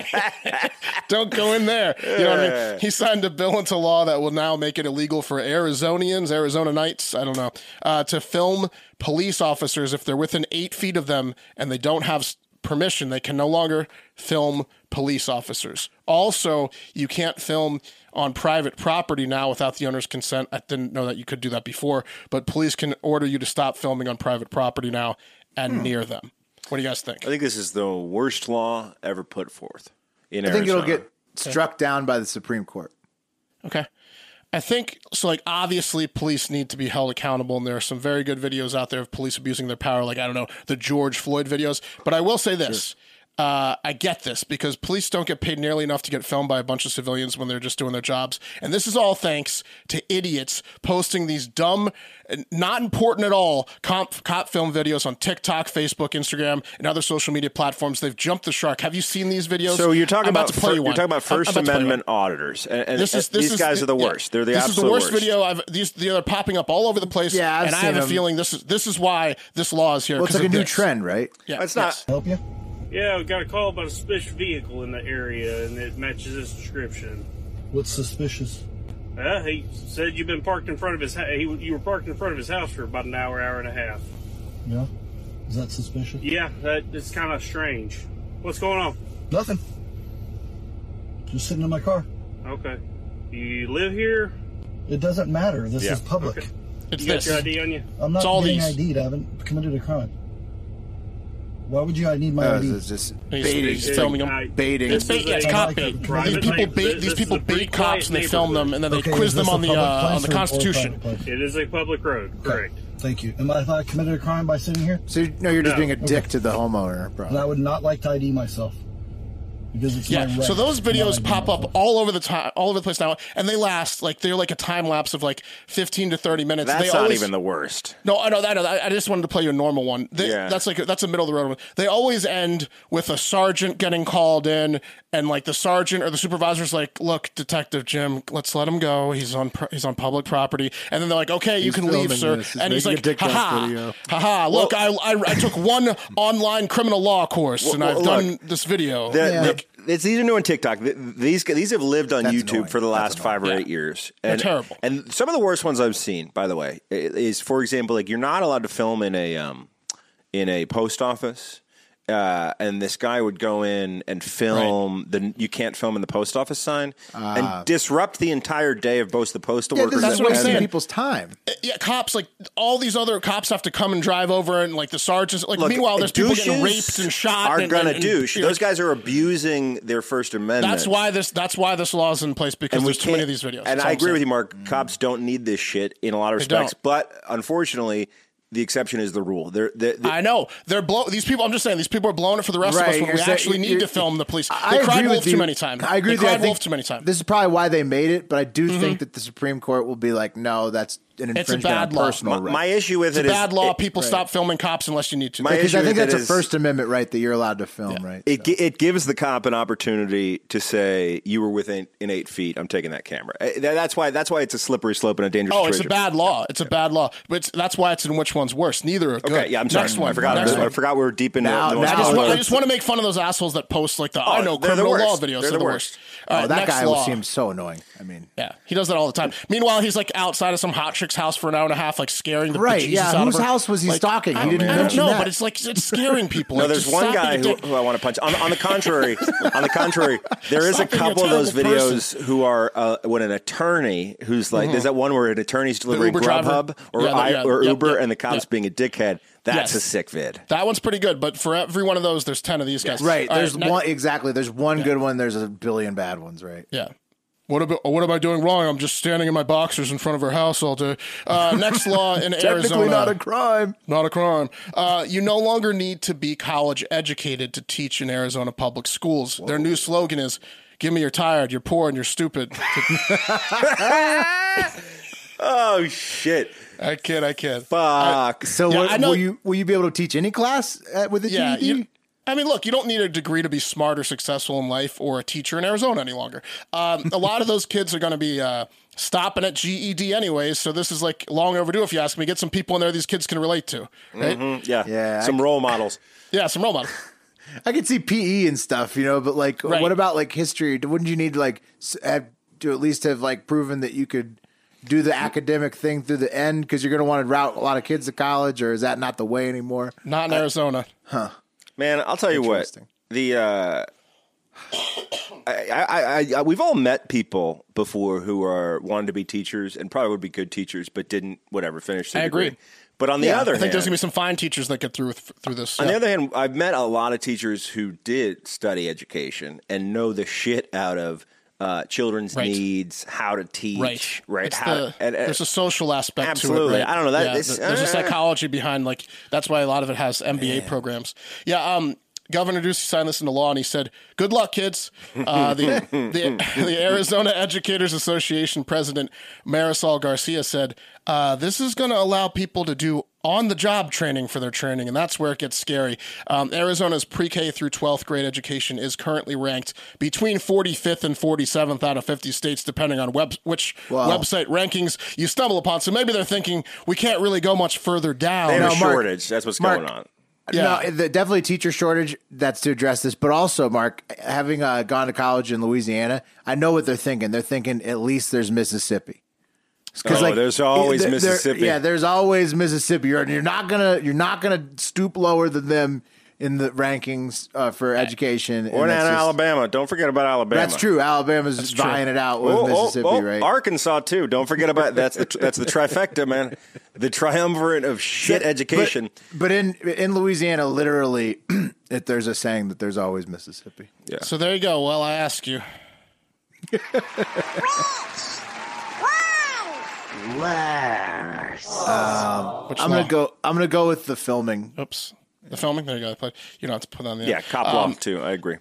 [SPEAKER 2] know. Don't go in there. You know what I mean? He signed a bill into law that will now make it illegal for Arizonians, Arizona Knights, I don't know, uh, to film police officers if they're within eight feet of them and they don't have s- permission. They can no longer film police officers. Also, you can't film on private property now without the owner's consent. I didn't know that you could do that before, but police can order you to stop filming on private property now and near them. What do you guys think?
[SPEAKER 3] I think this is the worst law ever put forth in
[SPEAKER 1] I think
[SPEAKER 3] Arizona.
[SPEAKER 1] it'll get struck down by the Supreme Court.
[SPEAKER 2] Okay. I think so. Like, obviously, police need to be held accountable, and there are some very good videos out there of police abusing their power. Like, I don't know the George Floyd videos, but I will say this: uh, I get this because police don't get paid nearly enough to get filmed by a bunch of civilians when they're just doing their jobs, and this is all thanks to idiots posting these dumb, not important at all comp, cop film videos on TikTok, Facebook, Instagram, and other social media platforms. They've jumped the shark. Have you seen these videos?
[SPEAKER 3] So you're talking
[SPEAKER 2] I'm
[SPEAKER 3] about,
[SPEAKER 2] to play
[SPEAKER 3] fir-
[SPEAKER 2] you
[SPEAKER 3] you're
[SPEAKER 2] one.
[SPEAKER 3] talking about
[SPEAKER 2] I'm- I'm
[SPEAKER 3] First
[SPEAKER 2] about to play you one
[SPEAKER 3] Amendment auditors, and, and-
[SPEAKER 2] this is
[SPEAKER 3] and
[SPEAKER 2] this
[SPEAKER 3] these
[SPEAKER 2] is
[SPEAKER 3] guys
[SPEAKER 2] the-
[SPEAKER 3] are the
[SPEAKER 2] yeah.
[SPEAKER 3] worst. They're the
[SPEAKER 2] this
[SPEAKER 3] absolute
[SPEAKER 2] is the worst, video I've. These they're popping up all over the place.
[SPEAKER 1] Yeah, I've
[SPEAKER 2] and I have
[SPEAKER 1] seen
[SPEAKER 2] a
[SPEAKER 1] 'em.
[SPEAKER 2] feeling this is this is why this law is here.
[SPEAKER 1] Well, it's
[SPEAKER 2] 'cause
[SPEAKER 1] like a
[SPEAKER 2] of
[SPEAKER 1] new
[SPEAKER 2] this.
[SPEAKER 1] trend, right?
[SPEAKER 2] Yeah,
[SPEAKER 3] It's not.
[SPEAKER 2] yes.
[SPEAKER 8] Yeah, we got a call about a suspicious vehicle in the area, and it matches this description.
[SPEAKER 9] What's suspicious?
[SPEAKER 8] Uh, he said you've been parked in front of his. Ha- he, you were parked in front of his house for about an hour, hour and a half.
[SPEAKER 9] Yeah. Is that suspicious?
[SPEAKER 8] Yeah, that it's kind of strange. What's going on?
[SPEAKER 9] Nothing. Just sitting in my car.
[SPEAKER 8] Okay, you live here.
[SPEAKER 9] It doesn't matter. This
[SPEAKER 3] Yeah,
[SPEAKER 9] is public.
[SPEAKER 8] okay.
[SPEAKER 2] It's
[SPEAKER 8] You got
[SPEAKER 2] this.
[SPEAKER 8] your ID on you?
[SPEAKER 9] I'm not
[SPEAKER 2] It's all
[SPEAKER 9] being
[SPEAKER 2] these.
[SPEAKER 9] ID'd. I haven't committed a crime. Why would you? I need my
[SPEAKER 1] Uh,
[SPEAKER 9] ID.
[SPEAKER 1] it's just
[SPEAKER 2] He's-
[SPEAKER 1] baiting,
[SPEAKER 2] he's filming 'em.
[SPEAKER 8] I-
[SPEAKER 1] baiting.
[SPEAKER 2] It's bait. Yeah, it's cop
[SPEAKER 9] This is a-
[SPEAKER 2] bait.
[SPEAKER 9] Right.
[SPEAKER 2] These
[SPEAKER 9] This
[SPEAKER 2] people
[SPEAKER 8] is a-
[SPEAKER 2] bait. These
[SPEAKER 8] this
[SPEAKER 2] people
[SPEAKER 8] is a pretty
[SPEAKER 2] bait cops, and they
[SPEAKER 8] quiet
[SPEAKER 2] film them, and then they
[SPEAKER 9] Okay,
[SPEAKER 2] quiz
[SPEAKER 9] is
[SPEAKER 2] them
[SPEAKER 9] this
[SPEAKER 2] on
[SPEAKER 9] a
[SPEAKER 2] the
[SPEAKER 9] public
[SPEAKER 2] uh, on
[SPEAKER 9] place
[SPEAKER 2] the
[SPEAKER 9] or- or a
[SPEAKER 2] Constitution.
[SPEAKER 9] private place?
[SPEAKER 8] It is a public road, correct?
[SPEAKER 9] Thank you. Am I, have I committed a crime by sitting here?
[SPEAKER 1] So you- no, you're just
[SPEAKER 8] No.
[SPEAKER 1] being a dick to the homeowner,
[SPEAKER 9] And I
[SPEAKER 1] bro.
[SPEAKER 9] would not like to ID myself because it's my
[SPEAKER 2] Yeah.
[SPEAKER 9] right
[SPEAKER 2] So those
[SPEAKER 9] to not
[SPEAKER 2] videos
[SPEAKER 9] ID
[SPEAKER 2] pop up
[SPEAKER 9] myself.
[SPEAKER 2] all over the time, all over the place now, and they last like they're like a time lapse of like fifteen to thirty minutes.
[SPEAKER 3] That's
[SPEAKER 2] they
[SPEAKER 3] not
[SPEAKER 2] always,
[SPEAKER 3] even the worst.
[SPEAKER 2] No, I know, I know. I I just wanted to play you a normal one. They,
[SPEAKER 3] Yeah.
[SPEAKER 2] That's like that's a middle of the road one. They always end with a sergeant getting called in, and like the sergeant or the supervisor's like, "Look, Detective Jim, let's let him go. He's on pr- he's on public property." And then they're like, "Okay, you
[SPEAKER 1] He's
[SPEAKER 2] can leave,
[SPEAKER 1] filming
[SPEAKER 2] sir."
[SPEAKER 1] this. He's
[SPEAKER 2] And he's
[SPEAKER 1] making a
[SPEAKER 2] like,
[SPEAKER 1] dick
[SPEAKER 2] "Ha
[SPEAKER 1] dance
[SPEAKER 2] ha,
[SPEAKER 1] video."
[SPEAKER 2] ha ha! Look, I, I I took one online criminal law course, and
[SPEAKER 3] well,
[SPEAKER 2] I've
[SPEAKER 3] look.
[SPEAKER 2] done this video."
[SPEAKER 3] The- the- it's these are new on TikTok. Th- These these have lived on
[SPEAKER 1] That's
[SPEAKER 3] YouTube
[SPEAKER 1] annoying.
[SPEAKER 3] for the last five or
[SPEAKER 2] Yeah.
[SPEAKER 3] eight years. And,
[SPEAKER 2] terrible.
[SPEAKER 3] And some of the worst ones I've seen, by the way, i- is for example, like you're not allowed to film in a um, in a post office. Uh, and this guy would go in and film the you can't film in the post office sign and disrupt the entire day of both the
[SPEAKER 1] Ah.
[SPEAKER 3] postal
[SPEAKER 1] Yeah,
[SPEAKER 3] workers.
[SPEAKER 1] this is
[SPEAKER 2] That's what I'm
[SPEAKER 3] and-
[SPEAKER 1] wasting
[SPEAKER 2] saying.
[SPEAKER 1] people's time.
[SPEAKER 2] yeah, cops like all these other cops have to come and drive over, and like the sergeants. Like
[SPEAKER 3] Look,
[SPEAKER 2] meanwhile, there's people
[SPEAKER 3] douches
[SPEAKER 2] getting raped and shot.
[SPEAKER 3] Are
[SPEAKER 2] and,
[SPEAKER 3] gonna
[SPEAKER 2] and- and-
[SPEAKER 3] douche.
[SPEAKER 2] you're
[SPEAKER 3] Those
[SPEAKER 2] like,
[SPEAKER 3] guys are abusing their First Amendment.
[SPEAKER 2] That's why this. That's why this law is in place because there's too many of
[SPEAKER 3] can't-
[SPEAKER 2] these videos.
[SPEAKER 3] And I agree with you, Mark. Cops don't need this shit in a lot of
[SPEAKER 2] Mm-hmm. They
[SPEAKER 3] respects,
[SPEAKER 2] don't.
[SPEAKER 3] but unfortunately, the exception is the rule. They're, they
[SPEAKER 2] I know they're blow. These people. I'm just saying. These people are blowing it for the rest of us
[SPEAKER 1] Right,
[SPEAKER 2] when
[SPEAKER 1] you're
[SPEAKER 2] we
[SPEAKER 1] saying-
[SPEAKER 2] actually need
[SPEAKER 1] you're-
[SPEAKER 2] to film the police. They
[SPEAKER 1] I
[SPEAKER 2] cried
[SPEAKER 1] agree
[SPEAKER 2] wolf
[SPEAKER 1] with you.
[SPEAKER 2] too many times.
[SPEAKER 1] I agree
[SPEAKER 2] They
[SPEAKER 1] with you. I
[SPEAKER 2] cried
[SPEAKER 1] think
[SPEAKER 2] wolf too many times. Mm-hmm.
[SPEAKER 1] This is probably why they made it, but I do think that the Supreme Court will be like, no, that's an
[SPEAKER 2] It's a
[SPEAKER 1] infringement
[SPEAKER 2] bad
[SPEAKER 1] on
[SPEAKER 2] law.
[SPEAKER 3] my,
[SPEAKER 1] personal right.
[SPEAKER 3] my issue with
[SPEAKER 2] it's a
[SPEAKER 3] it is
[SPEAKER 2] bad law.
[SPEAKER 3] it-
[SPEAKER 2] people stop filming cops unless you need to.
[SPEAKER 3] My
[SPEAKER 1] because I
[SPEAKER 3] issue
[SPEAKER 1] think
[SPEAKER 3] with
[SPEAKER 1] that's
[SPEAKER 3] it
[SPEAKER 1] a
[SPEAKER 3] is-
[SPEAKER 1] First Amendment right that you're allowed to film, right?
[SPEAKER 3] It, gi- it gives the cop an opportunity to say you were within in eight feet. I'm taking that camera. Eh, that- That's why. That's why it's a slippery slope and a dangerous.
[SPEAKER 2] Oh, it's a
[SPEAKER 3] situation.
[SPEAKER 2] bad law. It's a bad law. But it's, that's why it's in which one's worse. Neither are good.
[SPEAKER 3] Okay, yeah, I'm sorry.
[SPEAKER 2] Next one.
[SPEAKER 3] I forgot.
[SPEAKER 2] Next
[SPEAKER 3] I
[SPEAKER 2] one.
[SPEAKER 3] forgot we were deep in
[SPEAKER 1] Now-
[SPEAKER 3] the. the
[SPEAKER 1] now-
[SPEAKER 2] I just,
[SPEAKER 1] Oh,
[SPEAKER 2] want, I
[SPEAKER 1] it's-
[SPEAKER 2] just want to make fun of those assholes that post like the I know
[SPEAKER 3] Oh, they're the
[SPEAKER 2] criminal law
[SPEAKER 3] worst.
[SPEAKER 2] videos.
[SPEAKER 3] They're
[SPEAKER 2] They're,
[SPEAKER 3] the
[SPEAKER 2] the
[SPEAKER 3] worst.
[SPEAKER 2] worst.
[SPEAKER 1] oh,
[SPEAKER 2] All right,
[SPEAKER 1] that
[SPEAKER 2] next
[SPEAKER 1] guy
[SPEAKER 2] law.
[SPEAKER 1] would seem so annoying. I mean,
[SPEAKER 2] Yeah, he does that all the time. Meanwhile, he's like outside of some hot chick's house for an hour and a half, like scaring the
[SPEAKER 1] right?
[SPEAKER 2] bejesus
[SPEAKER 1] Yeah,
[SPEAKER 2] out
[SPEAKER 1] whose
[SPEAKER 2] of her.
[SPEAKER 1] house was he
[SPEAKER 2] Like,
[SPEAKER 1] stalking?
[SPEAKER 2] I,
[SPEAKER 1] He didn't
[SPEAKER 2] I
[SPEAKER 1] mention
[SPEAKER 2] don't know,
[SPEAKER 1] that.
[SPEAKER 2] but it's like it's scaring people.
[SPEAKER 3] No,
[SPEAKER 2] Like,
[SPEAKER 3] there's
[SPEAKER 2] just
[SPEAKER 3] one
[SPEAKER 2] stop
[SPEAKER 3] guy
[SPEAKER 2] being a
[SPEAKER 3] who,
[SPEAKER 2] dick.
[SPEAKER 3] who I want to punch. On, on the contrary, on the contrary, there is a
[SPEAKER 2] Stop being a
[SPEAKER 3] couple of those
[SPEAKER 2] terrible
[SPEAKER 3] videos who are uh, when an attorney who's like, there's that one where an attorney's delivering
[SPEAKER 2] Mm-hmm. Uber driver.
[SPEAKER 3] Grubhub or
[SPEAKER 2] Yeah, the-
[SPEAKER 3] I,
[SPEAKER 2] yeah,
[SPEAKER 3] or
[SPEAKER 2] yep,
[SPEAKER 3] Uber,
[SPEAKER 2] yep,
[SPEAKER 3] and the cop's
[SPEAKER 2] yep.
[SPEAKER 3] being a dickhead. That's
[SPEAKER 2] Yes.
[SPEAKER 3] a sick vid.
[SPEAKER 2] That one's pretty good, but for every one of those, there's ten of these guys.
[SPEAKER 1] right.
[SPEAKER 2] All
[SPEAKER 1] There's
[SPEAKER 2] ne-
[SPEAKER 1] one exactly. There's one good one. There's a billion bad ones. Right.
[SPEAKER 2] Yeah. What about what am I doing wrong? I'm just standing in my boxers in front of her house all day. Uh, next law in Arizona.
[SPEAKER 1] Technically not a crime.
[SPEAKER 2] Not a crime. Uh, you no longer need to be college educated to teach in Arizona public schools. Their new slogan is Give me you're tired, you're poor, and you're stupid.
[SPEAKER 3] Oh shit!
[SPEAKER 2] I kid, I kid.
[SPEAKER 3] Fuck.
[SPEAKER 1] So
[SPEAKER 2] Yeah,
[SPEAKER 1] what-
[SPEAKER 2] I know-
[SPEAKER 1] will you will you be able to teach any class uh, with a
[SPEAKER 2] Yeah.
[SPEAKER 1] GED?
[SPEAKER 2] you- I mean, look, you don't need a degree to be smart or successful in life or a teacher in Arizona any longer. Um, a lot of those kids are going to be uh, stopping at GED anyways. So this is like long overdue, if you ask me. Get some people in there these kids can relate to, right?
[SPEAKER 3] yeah,
[SPEAKER 1] Yeah,
[SPEAKER 3] Some
[SPEAKER 1] I-
[SPEAKER 3] role models.
[SPEAKER 2] Yeah, some role models.
[SPEAKER 1] I could see PE and stuff, you know, but like,
[SPEAKER 2] Right.
[SPEAKER 1] what about like history? Wouldn't you need like s- have, to at least have like proven that you could do the academic thing through the end because you're going to want to route a lot of kids to college, or is that not the way anymore?
[SPEAKER 2] Not in
[SPEAKER 3] Uh,
[SPEAKER 2] Arizona.
[SPEAKER 3] Man, I'll tell you what.
[SPEAKER 1] Interesting.
[SPEAKER 3] The uh, I, I, I, I, we've all met people before who are wanted to be teachers and probably would be good teachers, but didn't whatever finish. their
[SPEAKER 2] I agree.
[SPEAKER 3] degree. But on the other
[SPEAKER 2] I think
[SPEAKER 3] hand,
[SPEAKER 2] there's gonna be some fine teachers that get through with, through this.
[SPEAKER 3] on
[SPEAKER 2] Yeah.
[SPEAKER 3] the other hand, I've met a lot of teachers who did study education and know the shit out of uh, children's
[SPEAKER 2] Right.
[SPEAKER 3] needs, how to teach,
[SPEAKER 2] right,
[SPEAKER 3] right?
[SPEAKER 2] It's
[SPEAKER 3] how
[SPEAKER 2] the-
[SPEAKER 3] and- and-
[SPEAKER 2] there's a social aspect to
[SPEAKER 3] Absolutely.
[SPEAKER 2] it. right?
[SPEAKER 3] I don't know, that-
[SPEAKER 2] Yeah,
[SPEAKER 3] this-
[SPEAKER 2] th- there's a
[SPEAKER 3] uh,
[SPEAKER 2] psychology behind like that's why a lot of it has MBA programs. Yeah. Um, Governor Ducey signed this into law, and he said, "Good luck, kids." Uh, the, the the Arizona Educators Association president Marisol Garcia said, uh, "This is going to allow people to do." On the job training for their training, and that's where it gets scary. Um, Arizona's pre K through 12th grade education is currently ranked between 45th and 47th out of 50 states, depending on web- which website rankings you stumble upon. So maybe they're thinking we can't really go much further down.
[SPEAKER 3] and a
[SPEAKER 1] No, Mark-
[SPEAKER 3] shortage. That's what's
[SPEAKER 1] Mark,
[SPEAKER 3] going on.
[SPEAKER 2] Yeah.
[SPEAKER 1] No, the, definitely teacher shortage. That's to address this. But also, Mark, having uh, gone to college in Louisiana, I know what they're thinking. They're thinking at least there's Mississippi. 'Cause,
[SPEAKER 3] Oh, there's always
[SPEAKER 1] there- there-
[SPEAKER 3] Mississippi.
[SPEAKER 1] yeah, there's always Mississippi. You're, you're not gonna you're not gonna stoop lower than them in the rankings uh, for education. and
[SPEAKER 3] Or in
[SPEAKER 1] that's just-
[SPEAKER 3] Alabama. Don't forget about Alabama.
[SPEAKER 1] That's true. Alabama's vying it out with
[SPEAKER 3] Oh, oh,
[SPEAKER 1] Mississippi,
[SPEAKER 3] oh,
[SPEAKER 1] right?
[SPEAKER 3] Arkansas too. Don't forget about that's the that's the trifecta, man. The triumvirate of shit education.
[SPEAKER 1] But, but in in Louisiana, literally, it, there's a saying that there's always Mississippi.
[SPEAKER 2] So there you go. Well, I ask you. Which
[SPEAKER 1] I'm
[SPEAKER 2] law?
[SPEAKER 1] gonna go. I'm gonna go with the filming.
[SPEAKER 2] Oops. The filming. There you go. I played- You don't have to put on the. Um,
[SPEAKER 3] yeah, cop law too. I agree.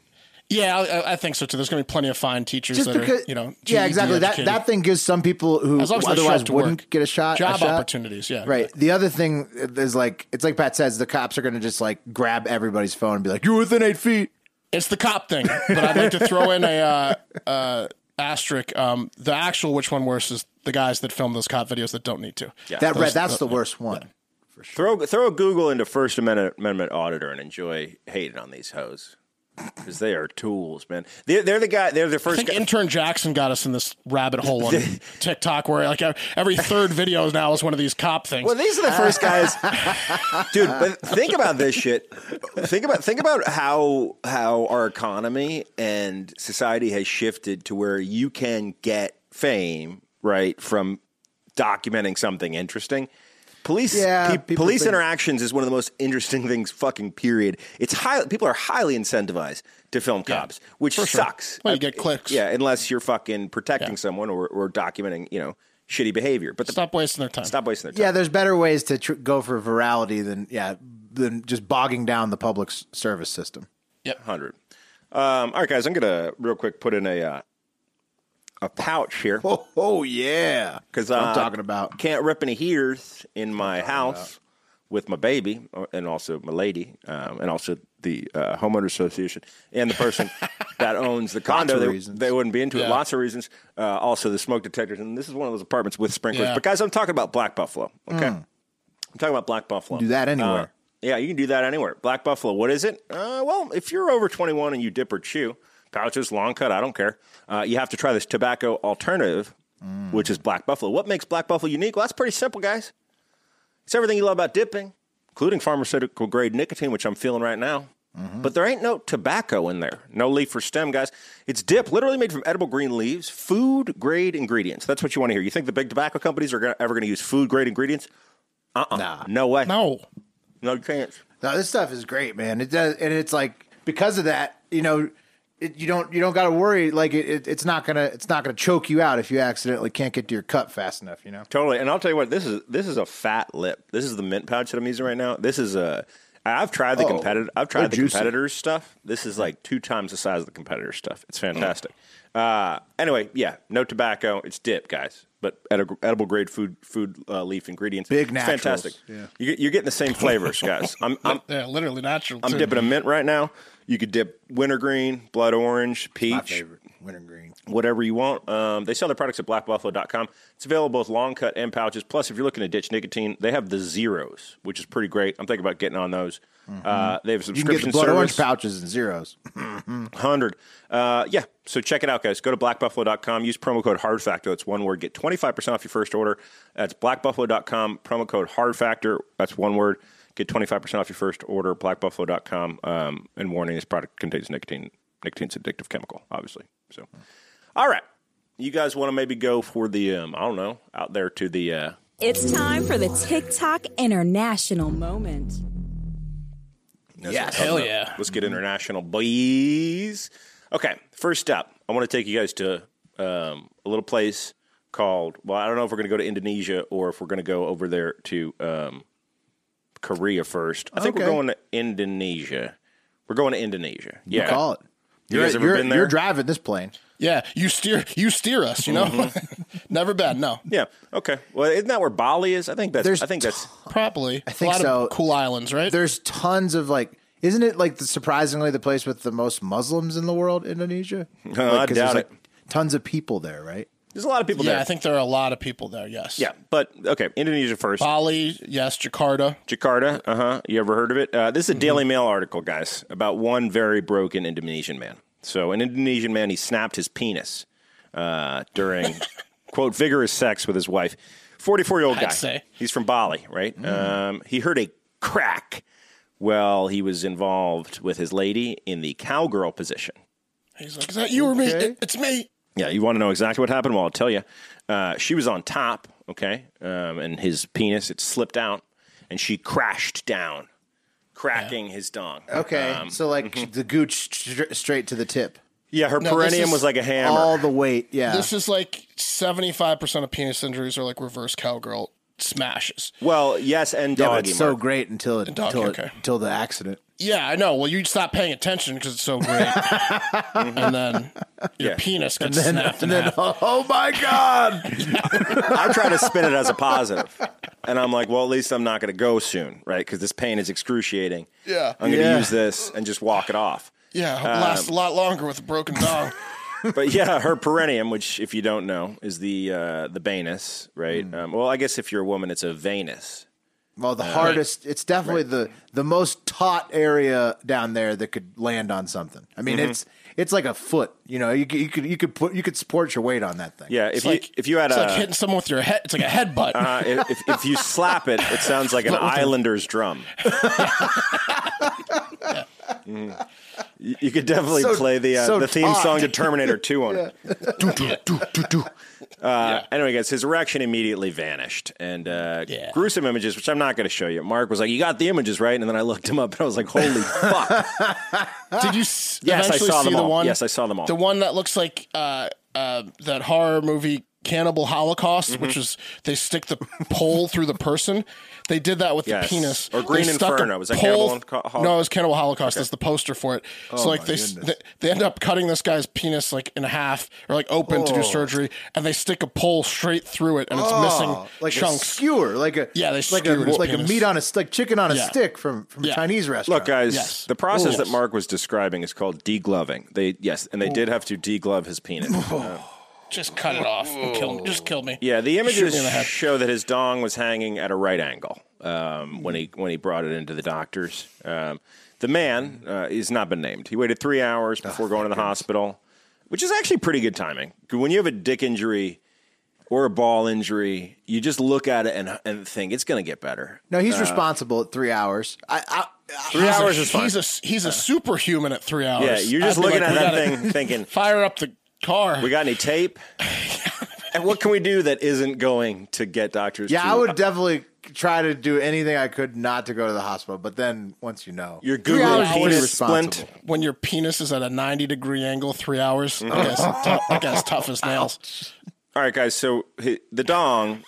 [SPEAKER 2] Yeah, I- I, I think so too. There's going to be plenty of fine teachers
[SPEAKER 1] Just
[SPEAKER 2] that
[SPEAKER 1] because,
[SPEAKER 2] are, you know,
[SPEAKER 1] yeah,
[SPEAKER 2] GED
[SPEAKER 1] exactly. That
[SPEAKER 2] educated.
[SPEAKER 1] that thing gives some people who
[SPEAKER 2] As long as they're
[SPEAKER 1] otherwise
[SPEAKER 2] shoved to
[SPEAKER 1] wouldn't
[SPEAKER 2] work.
[SPEAKER 1] get a shot, a
[SPEAKER 2] job
[SPEAKER 1] shot.
[SPEAKER 2] opportunities. Yeah,
[SPEAKER 1] Right. The other thing is like it's like Pat says, the cops are gonna just like grab everybody's phone and be like, "You're within eight feet."
[SPEAKER 2] It's the cop thing, but I'd like to throw in a uh, uh, asterisk. Um, the actual which one worse is the guys that film those cop videos that don't need to. Yeah,
[SPEAKER 1] That red. That's the worst one.
[SPEAKER 3] Throw throw Google into First Amendment, Amendment auditor and enjoy hating on these hoes because they are tools, man. They're, they're the guy. They're the
[SPEAKER 2] I
[SPEAKER 3] first.
[SPEAKER 2] think
[SPEAKER 3] Guy.
[SPEAKER 2] intern Jackson got us in this rabbit hole on TikTok where like every third video now is one of these cop things.
[SPEAKER 3] Well, these are the first guys, dude. But think about this shit. Think about think about how how our economy and society has shifted to where you can get fame right from documenting something interesting. Police
[SPEAKER 1] Yeah,
[SPEAKER 3] pe-
[SPEAKER 1] people
[SPEAKER 3] police
[SPEAKER 1] think-
[SPEAKER 3] interactions is one of the most interesting things. Fucking period. It's high. People are highly incentivized to film cops, which
[SPEAKER 2] for sure.
[SPEAKER 3] sucks. Uh,
[SPEAKER 2] Well, you get clicks.
[SPEAKER 3] Yeah, unless you're fucking protecting
[SPEAKER 2] Yeah.
[SPEAKER 3] someone or, or documenting, you know, shitty behavior. But the,
[SPEAKER 2] Stop wasting their time.
[SPEAKER 3] stop wasting their time.
[SPEAKER 1] Yeah, there's better ways to tr- go for virality than yeah than just bogging down the public s- service system.
[SPEAKER 3] hundred. Um, all right, guys, I'm gonna real quick put in a uh, a pouch here
[SPEAKER 1] Oh, oh yeah,
[SPEAKER 3] because
[SPEAKER 1] I'm talking about.
[SPEAKER 3] can't rip any hears in my house with my baby uh, and also my lady um, and also the uh, homeowner association and the person that owns the condo.
[SPEAKER 1] of
[SPEAKER 3] They,
[SPEAKER 1] reasons.
[SPEAKER 3] they wouldn't be into
[SPEAKER 2] Yeah.
[SPEAKER 3] it. Lots of reasons. Uh, also the smoke detectors and this is one of those apartments with sprinklers.
[SPEAKER 2] Yeah.
[SPEAKER 3] But guys, I'm talking about Black Buffalo. Okay,
[SPEAKER 1] Mm.
[SPEAKER 3] I'm talking about Black Buffalo. Uh,
[SPEAKER 1] Do that anywhere.
[SPEAKER 3] Yeah, you can do that anywhere. Black Buffalo, what is it? Uh, well, if you're over 21 and you dip or chew, pouches, long cut, I don't care. Uh, you have to try this tobacco alternative,
[SPEAKER 1] Mm.
[SPEAKER 3] which is Black Buffalo. What makes Black Buffalo unique? Well, that's pretty simple, guys. It's everything you love about dipping, including pharmaceutical grade nicotine, which I'm feeling right now. But there ain't no tobacco in there, no leaf or stem, guys. It's dip, literally made from edible green leaves, food grade ingredients. That's what you want to hear. You think the big tobacco companies are gonna, ever going to use food grade ingredients? Uh uh No way.
[SPEAKER 2] No,
[SPEAKER 3] No chance.
[SPEAKER 1] No, this stuff is great, man. It does, and it's like because of that, you know, it, you don't you don't got to worry. Like it, it, it's not gonna it's not gonna choke you out if you accidentally can't get to your cut fast enough. You know,
[SPEAKER 3] Totally. And I'll tell you what, this is this is a fat lip. This is the mint pouch that I'm using right now. This is a I've tried the
[SPEAKER 1] Oh,
[SPEAKER 3] competitive I've tried
[SPEAKER 1] they're
[SPEAKER 3] the
[SPEAKER 1] juicy.
[SPEAKER 3] competitors stuff. This is like two times the size of the competitor stuff. It's fantastic. Uh, anyway, yeah, no tobacco. It's dip, guys, but edi- edible grade food food uh, leaf ingredients.
[SPEAKER 1] Big
[SPEAKER 3] It's
[SPEAKER 1] naturals.
[SPEAKER 3] fantastic.
[SPEAKER 1] Yeah.
[SPEAKER 3] You get, you're getting the same flavors, guys. I'm, I'm
[SPEAKER 2] yeah, literally natural.
[SPEAKER 3] I'm
[SPEAKER 2] too.
[SPEAKER 3] dipping a mint right now. You could dip wintergreen, blood orange,
[SPEAKER 1] my
[SPEAKER 3] peach,
[SPEAKER 1] favorite wintergreen.
[SPEAKER 3] whatever you want. Um, they sell their products at blackbuffalo.com. It's available both long cut and pouches. Plus, if you're looking to ditch nicotine, they have the zeros, which is pretty great. I'm thinking about getting on those. Uh, they have a
[SPEAKER 1] Mm-hmm. You can get
[SPEAKER 3] subscription
[SPEAKER 1] the blood orange
[SPEAKER 3] service.
[SPEAKER 1] pouches and zeros.
[SPEAKER 3] 100. Uh, yeah, so check it out, guys. Go to blackbuffalo.com. Use promo code HARDFACTOR. That's one word. Get 25% off your first order. That's blackbuffalo.com. Promo code HARDFACTOR. That's one word. Get 25% off your first order. Blackbuffalo.com. Um, and warning, this product contains nicotine. Nicotine's an addictive chemical, obviously. So, all right, you guys want to maybe go for the um, I don't know out there to the uh,
[SPEAKER 10] It's time for the TikTok International Moment.
[SPEAKER 3] Yes, hell yeah. Let's get international, boys. Okay, first up, I want to take you guys to um, a little place called. Well, I don't know if we're going to go to Indonesia or if we're going to go over there to um, Korea first. I think we're
[SPEAKER 1] Okay.
[SPEAKER 3] going to Indonesia. We're going to Indonesia. Yeah,
[SPEAKER 1] You call it.
[SPEAKER 3] You
[SPEAKER 1] You're,
[SPEAKER 3] guys ever
[SPEAKER 1] you're-
[SPEAKER 3] been there?
[SPEAKER 1] you're driving this plane.
[SPEAKER 2] Yeah, you steer you steer us, you know?
[SPEAKER 3] Mm-hmm.
[SPEAKER 2] Never bad, no.
[SPEAKER 3] Yeah. Okay. Well, isn't that where Bali is? I think that's.
[SPEAKER 1] There's
[SPEAKER 3] I think that's.
[SPEAKER 2] Probably. I
[SPEAKER 1] think
[SPEAKER 2] a lot
[SPEAKER 1] so.
[SPEAKER 2] of cool islands, right?
[SPEAKER 1] There's tons of like, isn't it like the, surprisingly the place with the most Muslims in the world, Indonesia?
[SPEAKER 3] I
[SPEAKER 1] Like, 'cause there's,
[SPEAKER 3] doubt
[SPEAKER 1] like,
[SPEAKER 3] it.
[SPEAKER 1] Tons of people there, right?
[SPEAKER 3] There's a lot of people
[SPEAKER 2] yeah,
[SPEAKER 3] there.
[SPEAKER 2] I think there are a lot of people there, yes.
[SPEAKER 3] yeah, but okay. Indonesia first.
[SPEAKER 2] Bali, yes, Jakarta.
[SPEAKER 3] Jakarta. Uh huh. You ever heard of it? Uh, this
[SPEAKER 2] Mm-hmm.
[SPEAKER 3] is a Daily Mail article, guys, about one very broken Indonesian man. So, an Indonesian man, he snapped his penis uh, during, quote, vigorous sex with his wife. 44 year old
[SPEAKER 2] I'd
[SPEAKER 3] guy.
[SPEAKER 2] say. Mm.
[SPEAKER 3] He's from Bali, right? Um, he heard a crack while he was involved with his lady in the cowgirl position.
[SPEAKER 2] He's like, Is that you or me? It- it's me.
[SPEAKER 3] Yeah, you want to know exactly what happened? Well, I'll tell you. Uh, she was on top, okay, um, and his penis it slipped out, and she crashed down, cracking his dong.
[SPEAKER 1] Okay.
[SPEAKER 3] Um,
[SPEAKER 1] so like the gooch str- straight to the tip.
[SPEAKER 3] Yeah, her
[SPEAKER 2] No, this
[SPEAKER 3] perineum
[SPEAKER 2] is
[SPEAKER 3] was like a hammer.
[SPEAKER 1] All the weight. Yeah.
[SPEAKER 2] This is like seventy five percent of penis injuries are like reverse cowgirl smashes.
[SPEAKER 3] well, yes, and
[SPEAKER 1] yeah, but
[SPEAKER 3] doggy.
[SPEAKER 1] it's so
[SPEAKER 3] Mark.
[SPEAKER 1] great until it,
[SPEAKER 2] dog,
[SPEAKER 1] until, it-
[SPEAKER 2] okay.
[SPEAKER 1] until the accident.
[SPEAKER 2] Yeah, I know. Well, you stop paying attention because it's so great, and then your
[SPEAKER 3] Yeah.
[SPEAKER 2] penis gets
[SPEAKER 1] And,
[SPEAKER 2] snapped.
[SPEAKER 1] and then,
[SPEAKER 2] in half.
[SPEAKER 1] oh my God.
[SPEAKER 3] I try to spin it as a positive, and I'm like, well, at least I'm not going to go soon, right? Because this pain is excruciating.
[SPEAKER 2] Yeah.
[SPEAKER 3] I'm going to
[SPEAKER 1] Yeah.
[SPEAKER 3] use this and just walk it off.
[SPEAKER 2] yeah, it
[SPEAKER 3] Um,
[SPEAKER 2] lasts a lot longer with a broken dong.
[SPEAKER 3] but yeah, her perineum, which if you don't know, is the uh, the banus,
[SPEAKER 1] Mm.
[SPEAKER 3] right? Um, well, I guess if you're a woman, it's a venus.
[SPEAKER 1] Well, the hardest. It's definitely the the most taut area down there that could land on something. I mean, it's it's like a foot. You know, you, could- you could you could put you could support your weight on that thing.
[SPEAKER 3] Yeah, if
[SPEAKER 2] It's
[SPEAKER 3] you
[SPEAKER 2] like
[SPEAKER 3] if you had
[SPEAKER 2] it's
[SPEAKER 3] a
[SPEAKER 2] like hitting someone with your head. It's like a headbutt.
[SPEAKER 3] uh, if, if- if you slap it, it sounds like an Islanders drum. Mm. You you could definitely
[SPEAKER 1] So-
[SPEAKER 3] play the uh,
[SPEAKER 1] so
[SPEAKER 3] the theme
[SPEAKER 1] taut.
[SPEAKER 3] song to Terminator 2 on it. Do, do, do, do, do. Uh, Anyway, guys, his erection immediately vanished, and uh,
[SPEAKER 2] Yeah.
[SPEAKER 3] gruesome images, which I'm not going to show you. Mark was like, "You got the images right," and then I looked him up, and I was like, "Holy fuck!"
[SPEAKER 2] Did you s-
[SPEAKER 3] Ah, Yes, I
[SPEAKER 2] eventually
[SPEAKER 3] saw
[SPEAKER 2] see
[SPEAKER 3] them
[SPEAKER 2] the
[SPEAKER 3] all.
[SPEAKER 2] one?
[SPEAKER 3] Yes, I saw them all.
[SPEAKER 2] The one that looks like uh, uh, that horror movie Cannibal Holocaust, which
[SPEAKER 3] Mm-hmm.
[SPEAKER 2] is they stick the pole through the person. They did that with
[SPEAKER 3] Yes.
[SPEAKER 2] the penis.
[SPEAKER 3] Or Green
[SPEAKER 2] They stuck a
[SPEAKER 3] Inferno. Was that
[SPEAKER 2] pole-
[SPEAKER 3] Cannibal Hol- Oh,
[SPEAKER 2] No, it was Cannibal Holocaust. That's the poster for it. so like they, s- they they end up cutting this guy's penis like in half or like open
[SPEAKER 3] Oh.
[SPEAKER 2] to do surgery, and they stick a pole straight through it, and
[SPEAKER 3] Ah,
[SPEAKER 2] it's missing
[SPEAKER 1] Oh, like a
[SPEAKER 2] chunks.
[SPEAKER 1] skewer, like a
[SPEAKER 2] Yeah, they
[SPEAKER 1] like a
[SPEAKER 2] skewered his
[SPEAKER 1] like a
[SPEAKER 2] penis.
[SPEAKER 1] meat on a s- like chicken on a
[SPEAKER 2] Yeah.
[SPEAKER 1] stick from from
[SPEAKER 2] Yeah.
[SPEAKER 1] a Chinese restaurant.
[SPEAKER 3] Look, guys,
[SPEAKER 2] Yes. Oh,
[SPEAKER 3] the process that
[SPEAKER 2] Yes. Oh.
[SPEAKER 3] Mark was describing is called degloving. They yes, and they did have to deglove his penis.
[SPEAKER 2] Just cut it off. And kill, just kill me.
[SPEAKER 3] Yeah, the
[SPEAKER 2] Shoot
[SPEAKER 3] images
[SPEAKER 2] me in the head.
[SPEAKER 3] show that his dong was hanging at a right angle um, when he when he brought it into the doctors. Um, the man uh, has not been named. He waited three hours
[SPEAKER 1] Oh,
[SPEAKER 3] before going to the hospital, which is actually pretty good timing. When you have a dick injury or a ball injury, you just look at it and, and think it's going to get better.
[SPEAKER 1] no, he's responsible at three hours. I, I, I
[SPEAKER 3] Three
[SPEAKER 2] He's a-
[SPEAKER 3] hours is fine.
[SPEAKER 2] He's a he's a superhuman at three hours.
[SPEAKER 3] yeah, you're just
[SPEAKER 2] I'd be
[SPEAKER 3] looking
[SPEAKER 2] like,
[SPEAKER 3] at
[SPEAKER 2] "We
[SPEAKER 3] that
[SPEAKER 2] gotta
[SPEAKER 3] thing thinking,
[SPEAKER 2] Fire up the car.
[SPEAKER 3] we got any tape? and what can we do that isn't going to get doctors?
[SPEAKER 1] yeah,
[SPEAKER 3] to-
[SPEAKER 1] I would definitely try to do anything I could not to go to the hospital. But then once you know,
[SPEAKER 3] Your
[SPEAKER 1] Three
[SPEAKER 3] Google
[SPEAKER 1] hours is
[SPEAKER 3] penis
[SPEAKER 1] irresponsible.
[SPEAKER 3] splint.
[SPEAKER 2] when your penis is at a ninety degree angle, three hours.
[SPEAKER 3] Mm-hmm.
[SPEAKER 2] That guy's, tou- that guy's tough as nails.
[SPEAKER 3] All right, guys. So hi- the dong,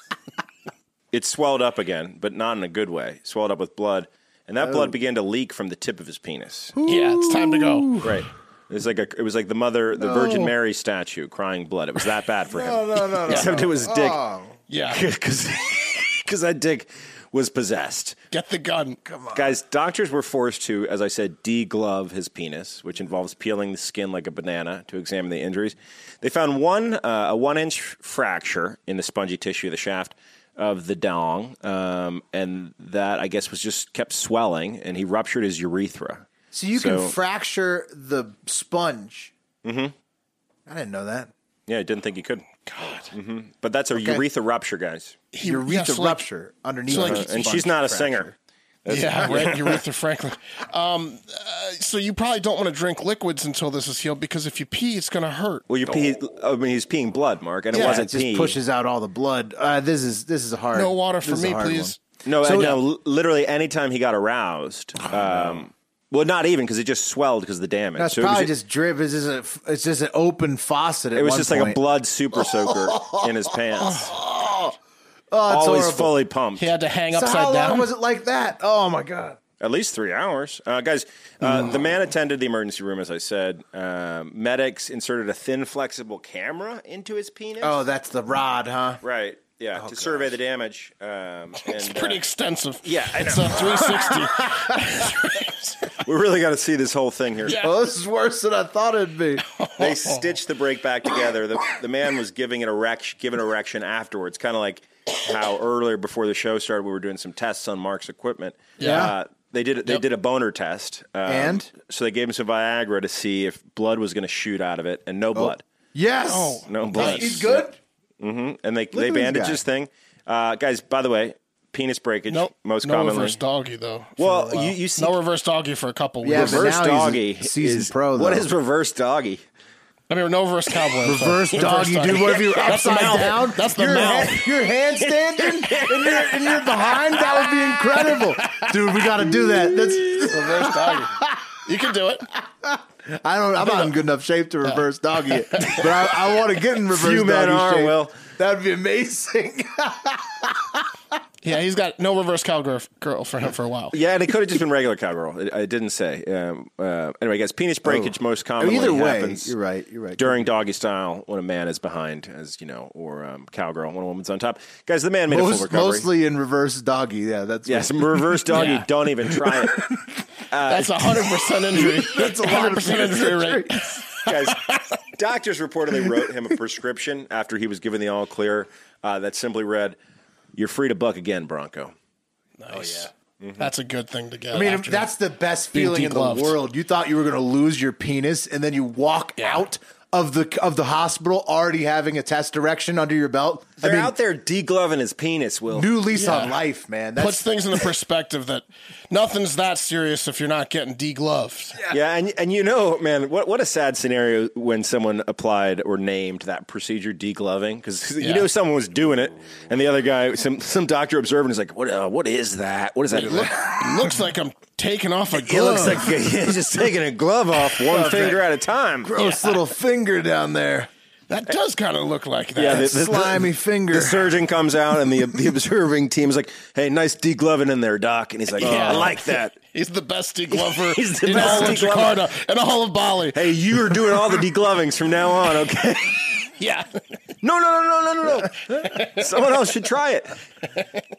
[SPEAKER 3] it swelled up again, but not in a good way. It swelled up with blood, and that
[SPEAKER 1] Oh.
[SPEAKER 3] blood began to leak from the tip of his penis.
[SPEAKER 2] Yeah, it's time to go.
[SPEAKER 3] Right. It was like a, it was like the mother, the Virgin Mary statue, crying blood. It was that bad for him.
[SPEAKER 1] No, no, no. Oh.
[SPEAKER 3] Except it was dick,
[SPEAKER 2] Yeah,
[SPEAKER 3] because that dick was possessed.
[SPEAKER 2] get the gun.
[SPEAKER 3] Guys, doctors were forced to, as I said, deglove his penis, which involves peeling the skin like a banana to examine the injuries. They found one uh, a one inch fracture in the spongy tissue of the shaft of the dong, um, and that I guess was just kept swelling, and he ruptured his urethra.
[SPEAKER 1] So you
[SPEAKER 3] So-
[SPEAKER 1] can fracture the sponge. Mm-hmm. I didn't know that.
[SPEAKER 3] Yeah, I didn't think he could. God, hmm but that's a urethra rupture, guys,
[SPEAKER 2] He,
[SPEAKER 1] Urethra
[SPEAKER 2] yes, like-
[SPEAKER 1] rupture underneath.
[SPEAKER 2] so like
[SPEAKER 1] the
[SPEAKER 2] he-
[SPEAKER 3] and
[SPEAKER 1] sponge
[SPEAKER 3] she's not a
[SPEAKER 1] fracture.
[SPEAKER 3] singer.
[SPEAKER 2] yeah, right. Urethra Franklin. Um, uh, so you probably don't want to drink liquids until this is healed because if you pee, it's going to hurt.
[SPEAKER 3] Well, you're pee. I mean, he's peeing blood, Mark, and it
[SPEAKER 1] Yeah,
[SPEAKER 3] wasn't
[SPEAKER 1] it just
[SPEAKER 3] pee.
[SPEAKER 1] pushes out all the blood. Uh, this is this is a hard.
[SPEAKER 2] No water
[SPEAKER 1] this
[SPEAKER 2] for
[SPEAKER 1] is a
[SPEAKER 2] me,
[SPEAKER 1] hard
[SPEAKER 2] please.
[SPEAKER 3] No,
[SPEAKER 1] So-
[SPEAKER 3] no. li- Literally, anytime he got aroused, um, well, not even because it just swelled because of the damage.
[SPEAKER 1] That's
[SPEAKER 3] So it was
[SPEAKER 1] probably
[SPEAKER 3] ju-
[SPEAKER 1] just drip. It's just, a, it's just an open faucet. At
[SPEAKER 3] It was
[SPEAKER 1] one
[SPEAKER 3] just like
[SPEAKER 1] point.
[SPEAKER 3] a blood super soaker in his pants.
[SPEAKER 1] Oh, it's
[SPEAKER 3] Always
[SPEAKER 1] horrible.
[SPEAKER 3] fully pumped.
[SPEAKER 2] He had to hang
[SPEAKER 1] So
[SPEAKER 2] upside
[SPEAKER 1] how
[SPEAKER 2] down.
[SPEAKER 1] long was it like that? Oh my god.
[SPEAKER 3] At least three hours. Uh, guys, uh,
[SPEAKER 1] Mm.
[SPEAKER 3] the man attended the emergency room, as I said. Um medics inserted a thin, flexible camera into his penis.
[SPEAKER 1] Oh, that's the rod, huh?
[SPEAKER 3] right. Yeah, to survey the damage. Um,
[SPEAKER 2] it's
[SPEAKER 3] and,
[SPEAKER 2] pretty
[SPEAKER 3] uh,
[SPEAKER 2] extensive.
[SPEAKER 3] Yeah, I
[SPEAKER 2] it's
[SPEAKER 3] know.
[SPEAKER 2] a 360.
[SPEAKER 3] we really got to see this whole thing here.
[SPEAKER 1] Oh, this is worse than I thought it'd be.
[SPEAKER 3] They stitched the break back together. The, the man was giving an erection, given an erection afterwards, kind of like how earlier before the show started, we were doing some tests on Mark's equipment.
[SPEAKER 2] Yeah.
[SPEAKER 3] Uh, they did they did a boner test, um,
[SPEAKER 1] And?
[SPEAKER 3] so they gave him some Viagra to see if blood was going to shoot out of it, and no blood.
[SPEAKER 1] Yes.
[SPEAKER 2] Oh.
[SPEAKER 3] No blood.
[SPEAKER 1] Oh. He's good.
[SPEAKER 3] and they they
[SPEAKER 1] at this
[SPEAKER 3] bandage
[SPEAKER 1] guy.
[SPEAKER 3] his thing. Uh, guys, by the way, penis breakage
[SPEAKER 2] Nope.
[SPEAKER 3] most
[SPEAKER 2] no
[SPEAKER 3] commonly.
[SPEAKER 2] reverse doggy though. for
[SPEAKER 3] Well,
[SPEAKER 2] a while.
[SPEAKER 3] you- you see-
[SPEAKER 2] uh, no reverse doggy for a couple
[SPEAKER 1] Yeah,
[SPEAKER 2] weeks.
[SPEAKER 1] but
[SPEAKER 3] reverse
[SPEAKER 1] now he's a
[SPEAKER 3] doggy,
[SPEAKER 1] seasoned
[SPEAKER 3] is,
[SPEAKER 1] pro, though.
[SPEAKER 3] What is reverse doggy?
[SPEAKER 2] I mean, no reverse cowboy. I'm sorry.
[SPEAKER 1] Reverse doggy, dude. What if you're
[SPEAKER 2] That's the
[SPEAKER 1] upside
[SPEAKER 2] mouth.
[SPEAKER 1] down?
[SPEAKER 2] That's the
[SPEAKER 1] you're
[SPEAKER 2] mouth.
[SPEAKER 1] hand- you're handstanding and you're, and you're behind? That would be incredible. Dude, we got to do that. That's
[SPEAKER 2] reverse doggy. You can do it.
[SPEAKER 1] I don't. I'm not in good enough shape to reverse doggy it, but I, I want to get in reverse
[SPEAKER 3] Few men
[SPEAKER 1] doggy
[SPEAKER 3] are,
[SPEAKER 1] shape.
[SPEAKER 3] Will.
[SPEAKER 1] that would be amazing.
[SPEAKER 2] Yeah, he's got no reverse cowgirl girl for him for a while.
[SPEAKER 3] Yeah, and it could have just been regular cowgirl. It, it didn't say. Um, uh, anyway, guys, penis breakage most commonly
[SPEAKER 1] Oh. Either way,
[SPEAKER 3] happens.
[SPEAKER 1] you're right, you're right.
[SPEAKER 3] During doggy style, when a man is behind, as you know, or um, cowgirl when a woman's on top. Guys, the man made a full
[SPEAKER 1] Most,
[SPEAKER 3] recovery.
[SPEAKER 1] mostly in reverse doggy. Yeah, that's
[SPEAKER 3] yeah, some reverse doggy.
[SPEAKER 2] Yeah.
[SPEAKER 3] Don't even try it,
[SPEAKER 2] That's a hundred percent injury. That's a hundred percent injury rate.
[SPEAKER 3] guys. Doctors reportedly wrote him a prescription after he was given the all clear uh, that simply read, "You're free to buck again, Bronco."
[SPEAKER 2] Nice. That's a good thing to get.
[SPEAKER 1] Oh, Mm-hmm. I mean,
[SPEAKER 2] after
[SPEAKER 1] that's the best
[SPEAKER 2] being
[SPEAKER 1] feeling in the
[SPEAKER 2] degloved.
[SPEAKER 1] world. You thought you were going to lose your penis, and then you walk out of the of the hospital already having a test erection under your belt.
[SPEAKER 3] They're
[SPEAKER 1] I mean,
[SPEAKER 3] out there degloving his penis. Will
[SPEAKER 1] new lease
[SPEAKER 2] Yeah.
[SPEAKER 1] on life, man.
[SPEAKER 2] puts
[SPEAKER 1] That's
[SPEAKER 2] things into perspective that nothing's that serious if you're not getting degloved.
[SPEAKER 3] Yeah, and and you know, man, what what a sad scenario when someone applied or named that procedure degloving because you
[SPEAKER 2] Yeah.
[SPEAKER 3] know someone was doing it, and the other guy, some some doctor observing, is like, what uh, what is that? What is that? It,
[SPEAKER 2] Look, looks like I'm taking off a glove.
[SPEAKER 3] looks like he's just taking a glove off one finger at a time.
[SPEAKER 1] gross little finger down there.
[SPEAKER 2] that does kind of look like that.
[SPEAKER 3] Yeah,
[SPEAKER 1] That slimy finger.
[SPEAKER 3] The surgeon comes out, and the the observing team is like, "Hey, nice degloving in there, doc." And he's like, "Oh,
[SPEAKER 2] Yeah.
[SPEAKER 3] "I like that."
[SPEAKER 2] He's the best deglover
[SPEAKER 3] He's the
[SPEAKER 2] in
[SPEAKER 3] best
[SPEAKER 2] all of
[SPEAKER 3] deglover.
[SPEAKER 2] Jakarta and all of Bali.
[SPEAKER 3] Hey, you are doing all the deglovings from now on, okay?
[SPEAKER 2] Yeah.
[SPEAKER 3] No, no, no, no, no, no, no. Someone else should try it.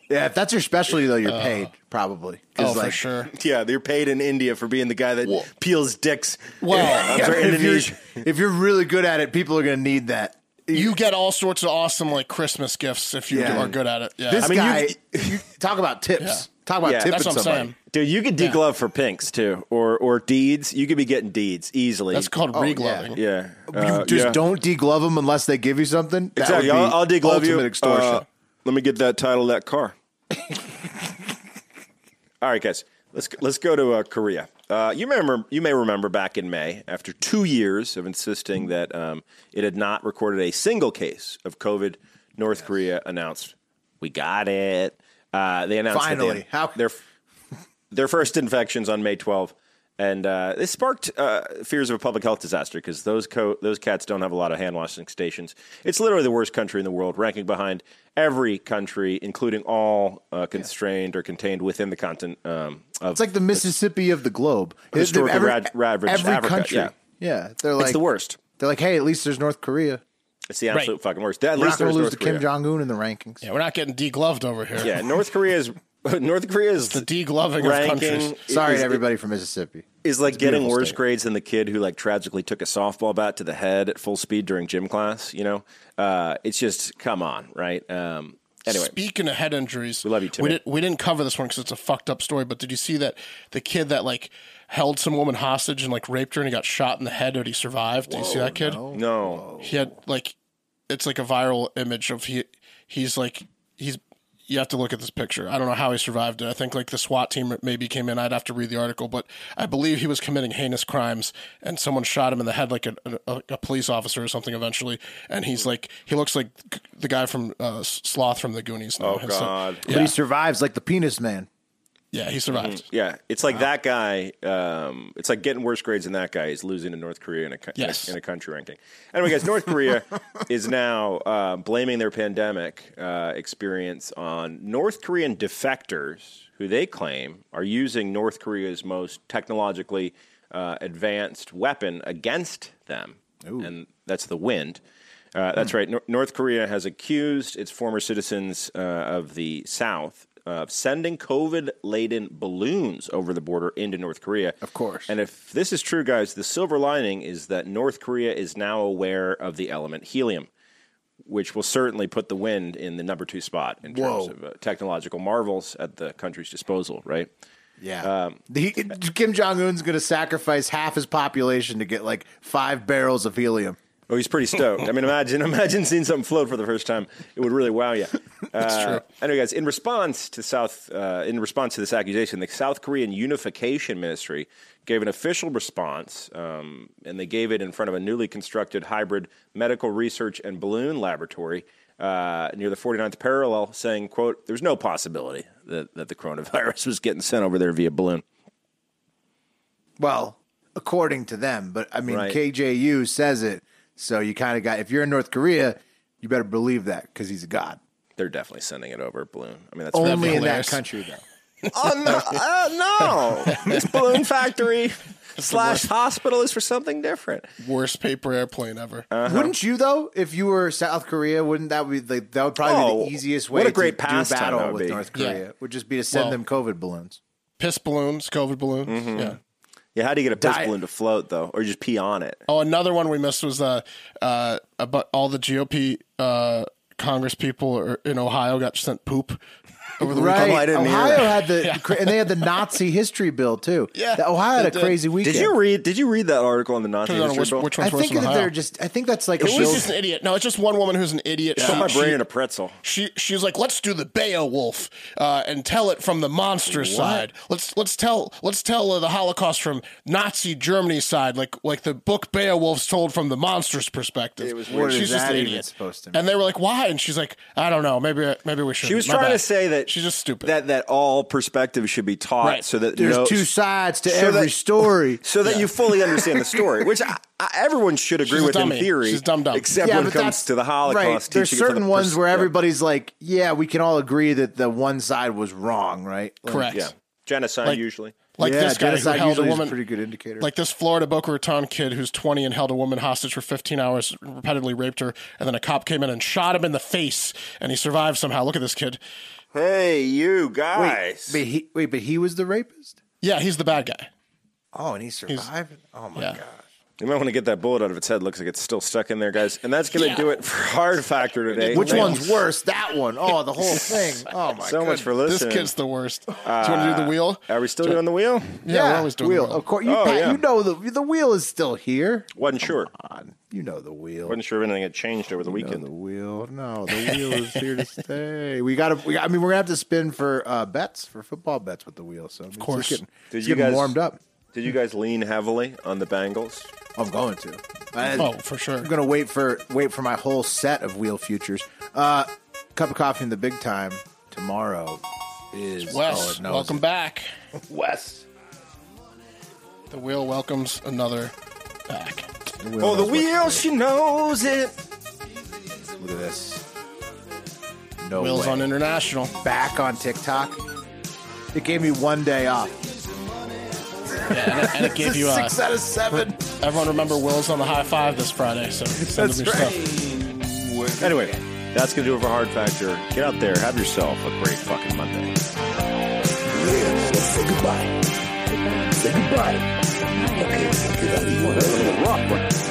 [SPEAKER 1] Yeah, if that's your specialty though, you're paid probably. 'Cause,
[SPEAKER 2] Uh, Oh, for
[SPEAKER 1] like,
[SPEAKER 2] sure.
[SPEAKER 3] Yeah, they're paid in India for being the guy that
[SPEAKER 2] Wha-
[SPEAKER 3] peels dicks.
[SPEAKER 2] Well,
[SPEAKER 3] I'm sorry,
[SPEAKER 1] If
[SPEAKER 3] Indonesia.
[SPEAKER 1] you're, if you're really good at it, people are going to need that.
[SPEAKER 2] You get all sorts of awesome like Christmas gifts if you
[SPEAKER 1] Yeah.
[SPEAKER 2] are good at it. Yeah.
[SPEAKER 1] This
[SPEAKER 3] mean,
[SPEAKER 1] guy,
[SPEAKER 3] you-
[SPEAKER 1] you, talk about tips.
[SPEAKER 2] Yeah.
[SPEAKER 1] Talk about
[SPEAKER 3] Yeah,
[SPEAKER 1] tipping
[SPEAKER 3] that's
[SPEAKER 2] what I'm
[SPEAKER 1] somebody.
[SPEAKER 2] saying.
[SPEAKER 3] Dude, you could deglove for pinks too, or or deeds. You could be getting deeds easily.
[SPEAKER 2] that's called
[SPEAKER 1] Oh, yeah.
[SPEAKER 2] regloving.
[SPEAKER 3] Uh, yeah.
[SPEAKER 1] You just don't deglove them unless they give you something. That
[SPEAKER 3] exactly.
[SPEAKER 1] would be
[SPEAKER 3] I'll, I'll deglove you.
[SPEAKER 1] ultimate extortion.
[SPEAKER 3] Uh, let me get that title of that car. All right, guys. Let's let's go to uh, Korea. Uh, you remember you may remember back in May, after two years of insisting that um, it had not recorded a single case of COVID, North Korea announced we got it. Uh, they announced that they-
[SPEAKER 1] Finally. How-
[SPEAKER 3] their their first infections on May 12, and uh, this sparked uh, fears of a public health disaster because those co- those cats don't have a lot of hand washing stations. It's literally the worst country in the world, ranking behind every country, including all uh, constrained or contained within the continent. Um, of
[SPEAKER 1] It's like the Mississippi of the globe.
[SPEAKER 3] Historically
[SPEAKER 1] every,
[SPEAKER 3] rad- ravaged
[SPEAKER 1] every
[SPEAKER 3] Africa,
[SPEAKER 1] country.
[SPEAKER 3] yeah.
[SPEAKER 1] Yeah, they're like
[SPEAKER 3] it's the worst.
[SPEAKER 1] They're like, hey, at least there's North Korea.
[SPEAKER 3] It's the absolute
[SPEAKER 2] Right.
[SPEAKER 3] fucking worst. At
[SPEAKER 1] We're
[SPEAKER 3] least
[SPEAKER 1] not going
[SPEAKER 3] there's
[SPEAKER 1] to lose
[SPEAKER 3] North
[SPEAKER 1] to
[SPEAKER 3] Korea.
[SPEAKER 1] Kim Jong Un in the rankings.
[SPEAKER 2] Yeah, we're not getting degloved over here.
[SPEAKER 3] Yeah, North Korea is North Korea is
[SPEAKER 2] The degloving of countries.
[SPEAKER 3] ranking.
[SPEAKER 1] Sorry
[SPEAKER 3] is-
[SPEAKER 1] to everybody from Mississippi.
[SPEAKER 3] is like getting
[SPEAKER 2] beautiful
[SPEAKER 3] worse
[SPEAKER 2] state.
[SPEAKER 3] grades than the kid who like tragically took a softball bat to the head at full speed during gym class. You know, uh, it's just come on, right? Um, anyway,
[SPEAKER 2] Speaking of head injuries, we
[SPEAKER 3] love you, Timmy.
[SPEAKER 2] We, did, we didn't cover this one because it's a fucked up story. But did you see that the kid that like held some woman hostage and like raped her and he got shot in the head but he survived? Did you see that kid?
[SPEAKER 3] no,
[SPEAKER 2] He had like it's like a viral image of he he's like he's you have to look at this picture. I don't know how he survived it. I think like the SWAT team maybe came in. I'd have to read the article, but I believe he was committing heinous crimes, and someone shot him in the head, like a, a, a police officer or something. Eventually, and he's like he looks like the guy from uh, Sloth from the Goonies. Now.
[SPEAKER 3] Oh,
[SPEAKER 2] It's like-
[SPEAKER 3] God.
[SPEAKER 2] yeah,
[SPEAKER 1] But he survives like the penis man.
[SPEAKER 2] yeah, he survived.
[SPEAKER 3] Yeah, it's like that guy. Um, it's like getting worse grades than that guy is losing to North Korea in a, co- in a-
[SPEAKER 2] Yes.
[SPEAKER 3] in a country ranking. Anyway, guys, North Korea is now uh, blaming their pandemic uh, experience on North Korean defectors who they claim are using North Korea's most technologically uh, advanced weapon against them, and that's the wind. Uh, that's right. Nor- North Korea has accused its former citizens uh, of the South of sending COVID laden balloons over the border into North Korea. Of
[SPEAKER 1] course.
[SPEAKER 3] And if this is true, guys, the silver lining is that North Korea is now aware of the element helium, which will certainly put the wind in the number two spot in terms
[SPEAKER 1] Whoa.
[SPEAKER 3] of uh, technological marvels at the country's disposal, right?
[SPEAKER 1] Yeah. The, Um, Kim Jong Un's going to sacrifice half his population to get like five barrels of helium.
[SPEAKER 3] Oh, he's pretty stoked. I mean, imagine imagine seeing something float for the first time. It would really wow you. That's
[SPEAKER 2] true.
[SPEAKER 3] Anyway, guys, in response to South, uh, in response to this accusation, the South Korean Unification Ministry gave an official response, um, and they gave it in front of a newly constructed hybrid medical research and balloon laboratory uh, near the 49th parallel, saying, "quote There's no possibility that, that the coronavirus was getting sent over there via balloon."
[SPEAKER 1] Well, according to them, but I mean
[SPEAKER 3] Right.
[SPEAKER 1] KJU says it, so you kind of got. If you're in North Korea, you better believe that because he's a god.
[SPEAKER 3] They're definitely sending it over a balloon. I mean, that's
[SPEAKER 1] Only in
[SPEAKER 2] hilarious.
[SPEAKER 1] that country, though.
[SPEAKER 3] Oh no! Uh, no, this balloon factory slash hospital is for something different.
[SPEAKER 2] Worst paper airplane ever.
[SPEAKER 3] Uh-huh.
[SPEAKER 1] Wouldn't you though? If you were South Korea, wouldn't that be the, that would probably be
[SPEAKER 3] Oh,
[SPEAKER 1] the easiest way
[SPEAKER 3] what a great
[SPEAKER 1] to do
[SPEAKER 3] pastime that
[SPEAKER 1] battle
[SPEAKER 3] would
[SPEAKER 1] with
[SPEAKER 3] be.
[SPEAKER 1] North
[SPEAKER 2] Yeah.
[SPEAKER 1] Korea? Would just be to send
[SPEAKER 2] Well,
[SPEAKER 1] them COVID balloons.
[SPEAKER 2] Piss balloons, COVID balloons.
[SPEAKER 3] Mm-hmm.
[SPEAKER 2] Yeah.
[SPEAKER 3] Yeah, how do you get a piss
[SPEAKER 1] Diet.
[SPEAKER 3] balloon to float though, or you just pee on it?
[SPEAKER 2] Oh, another one we missed was uh, uh, about all the GOP uh, Congress people are- in Ohio got sent poop over the
[SPEAKER 1] Right,
[SPEAKER 2] weekend.
[SPEAKER 3] I didn't hear
[SPEAKER 1] Ohio
[SPEAKER 3] that.
[SPEAKER 1] had the and they had the Nazi history bill too.
[SPEAKER 2] Yeah,
[SPEAKER 1] The- Ohio had
[SPEAKER 2] they
[SPEAKER 1] a
[SPEAKER 2] did.
[SPEAKER 1] crazy weekend.
[SPEAKER 3] Did you read? Did you read that article on the Nazi
[SPEAKER 2] I don't know
[SPEAKER 3] history
[SPEAKER 2] which,
[SPEAKER 3] book?
[SPEAKER 2] which
[SPEAKER 1] I
[SPEAKER 2] one's worse
[SPEAKER 1] think
[SPEAKER 2] than
[SPEAKER 1] that
[SPEAKER 2] Ohio.
[SPEAKER 1] they're just. I think that's like a
[SPEAKER 2] She's
[SPEAKER 1] show-
[SPEAKER 2] just an idiot. No, it's just one woman who's an idiot.
[SPEAKER 3] Put my
[SPEAKER 2] she,
[SPEAKER 3] brain in a pretzel.
[SPEAKER 2] she, she's like, let's do the Beowulf uh, and tell it from the monster side. Let's let's tell let's tell uh, the Holocaust from Nazi Germany's side, like like the book Beowulf's told from the monster's perspective. It
[SPEAKER 3] was
[SPEAKER 1] weird. What is
[SPEAKER 2] She's just
[SPEAKER 1] that
[SPEAKER 2] an
[SPEAKER 1] even
[SPEAKER 2] idiot.
[SPEAKER 1] supposed to mean?
[SPEAKER 2] and they were like, why? And she's like, I don't know. Maybe maybe we should.
[SPEAKER 3] She was trying to say that
[SPEAKER 2] she's just stupid.
[SPEAKER 3] That that all perspectives should be taught
[SPEAKER 2] Right.
[SPEAKER 3] so that
[SPEAKER 1] There's
[SPEAKER 3] no-
[SPEAKER 1] two sides to
[SPEAKER 3] so
[SPEAKER 1] every
[SPEAKER 3] that-
[SPEAKER 1] story.
[SPEAKER 3] So that you fully understand the story, which I, I, everyone should agree
[SPEAKER 2] She's a
[SPEAKER 3] with in
[SPEAKER 2] dummy.
[SPEAKER 3] theory,
[SPEAKER 2] She's dumb dumb.
[SPEAKER 3] except when it comes
[SPEAKER 1] that's-
[SPEAKER 3] to the Holocaust.
[SPEAKER 1] Right. There's
[SPEAKER 3] teaching it from
[SPEAKER 1] certain
[SPEAKER 3] the
[SPEAKER 1] ones
[SPEAKER 3] pers-
[SPEAKER 1] where
[SPEAKER 3] yeah.
[SPEAKER 1] everybody's like, yeah, we can all agree that the one side was wrong, right? Like,
[SPEAKER 2] correct.
[SPEAKER 3] yeah, genocide
[SPEAKER 2] Like-
[SPEAKER 3] usually.
[SPEAKER 2] Like
[SPEAKER 1] yeah,
[SPEAKER 2] this guy who
[SPEAKER 1] genocide
[SPEAKER 2] held a
[SPEAKER 1] usually
[SPEAKER 2] woman.
[SPEAKER 1] is a pretty good indicator.
[SPEAKER 2] like this Florida Boca Raton kid who's 20 and held a woman hostage for 15 hours, repeatedly raped her, and then a cop came in and shot him in the face, and he survived somehow. Look at this kid.
[SPEAKER 3] Hey, you
[SPEAKER 1] wait,
[SPEAKER 3] guys.
[SPEAKER 1] but he, wait, but he was the rapist.
[SPEAKER 2] Yeah, he's the bad guy.
[SPEAKER 1] Oh, and he survived. oh my
[SPEAKER 2] yeah.
[SPEAKER 1] god.
[SPEAKER 3] You might want to get that bullet out of its head. Looks like it's still stuck in there, guys. And that's going to do it for Hard Factor today.
[SPEAKER 1] Which
[SPEAKER 3] Thank
[SPEAKER 1] one's
[SPEAKER 3] you
[SPEAKER 1] worse? That one. Oh, the whole thing. Oh my
[SPEAKER 3] So
[SPEAKER 1] god.
[SPEAKER 3] much for
[SPEAKER 2] This
[SPEAKER 3] listening.
[SPEAKER 2] kid's the worst. do you want to do the wheel?
[SPEAKER 3] Are we still doing the wheel?
[SPEAKER 2] yeah, we're always doing
[SPEAKER 1] wheel.
[SPEAKER 2] the wheel.
[SPEAKER 1] Of course, you,
[SPEAKER 3] Oh,
[SPEAKER 1] Pat,
[SPEAKER 3] yeah.
[SPEAKER 1] you know the the wheel is still here.
[SPEAKER 3] Wasn't sure.
[SPEAKER 1] On you know the wheel.
[SPEAKER 3] Wasn't sure if anything had changed over the
[SPEAKER 1] No,
[SPEAKER 3] weekend.
[SPEAKER 1] the wheel. No, the wheel is here to stay. We got to. We, I mean, we're gonna have to spin for uh, bets for football bets with the wheel. So of
[SPEAKER 2] course.
[SPEAKER 1] getting,
[SPEAKER 3] Did
[SPEAKER 1] it's
[SPEAKER 3] you
[SPEAKER 1] getting
[SPEAKER 3] guys-
[SPEAKER 1] warmed up.
[SPEAKER 3] Did you guys lean heavily on the Bengals?
[SPEAKER 1] I'm going to. I,
[SPEAKER 2] Oh, for sure.
[SPEAKER 1] I'm gonna wait for wait for my whole set of wheel futures. Uh, cup of coffee in the big time tomorrow is
[SPEAKER 2] Wes,
[SPEAKER 1] oh, it knows
[SPEAKER 2] welcome
[SPEAKER 1] it.
[SPEAKER 2] back.
[SPEAKER 3] Wes.
[SPEAKER 2] The wheel welcomes another back.
[SPEAKER 3] Oh, the
[SPEAKER 1] knows what-
[SPEAKER 3] wheel, she knows it.
[SPEAKER 1] Look at this. No
[SPEAKER 2] Wheels
[SPEAKER 1] way.
[SPEAKER 2] on International.
[SPEAKER 1] back on TikTok. It gave me one day off.
[SPEAKER 2] And it, and it gave you uh,
[SPEAKER 1] Six out of seven.
[SPEAKER 2] everyone remember Wheels on the High Five this Friday, so send them your stuff.
[SPEAKER 3] Anyway, that's going to do it for Hard Factor. Get out there. Have yourself a great fucking Monday.
[SPEAKER 4] Yeah, let's say goodbye. Say goodbye. Okay, get out of here. Rock, rock.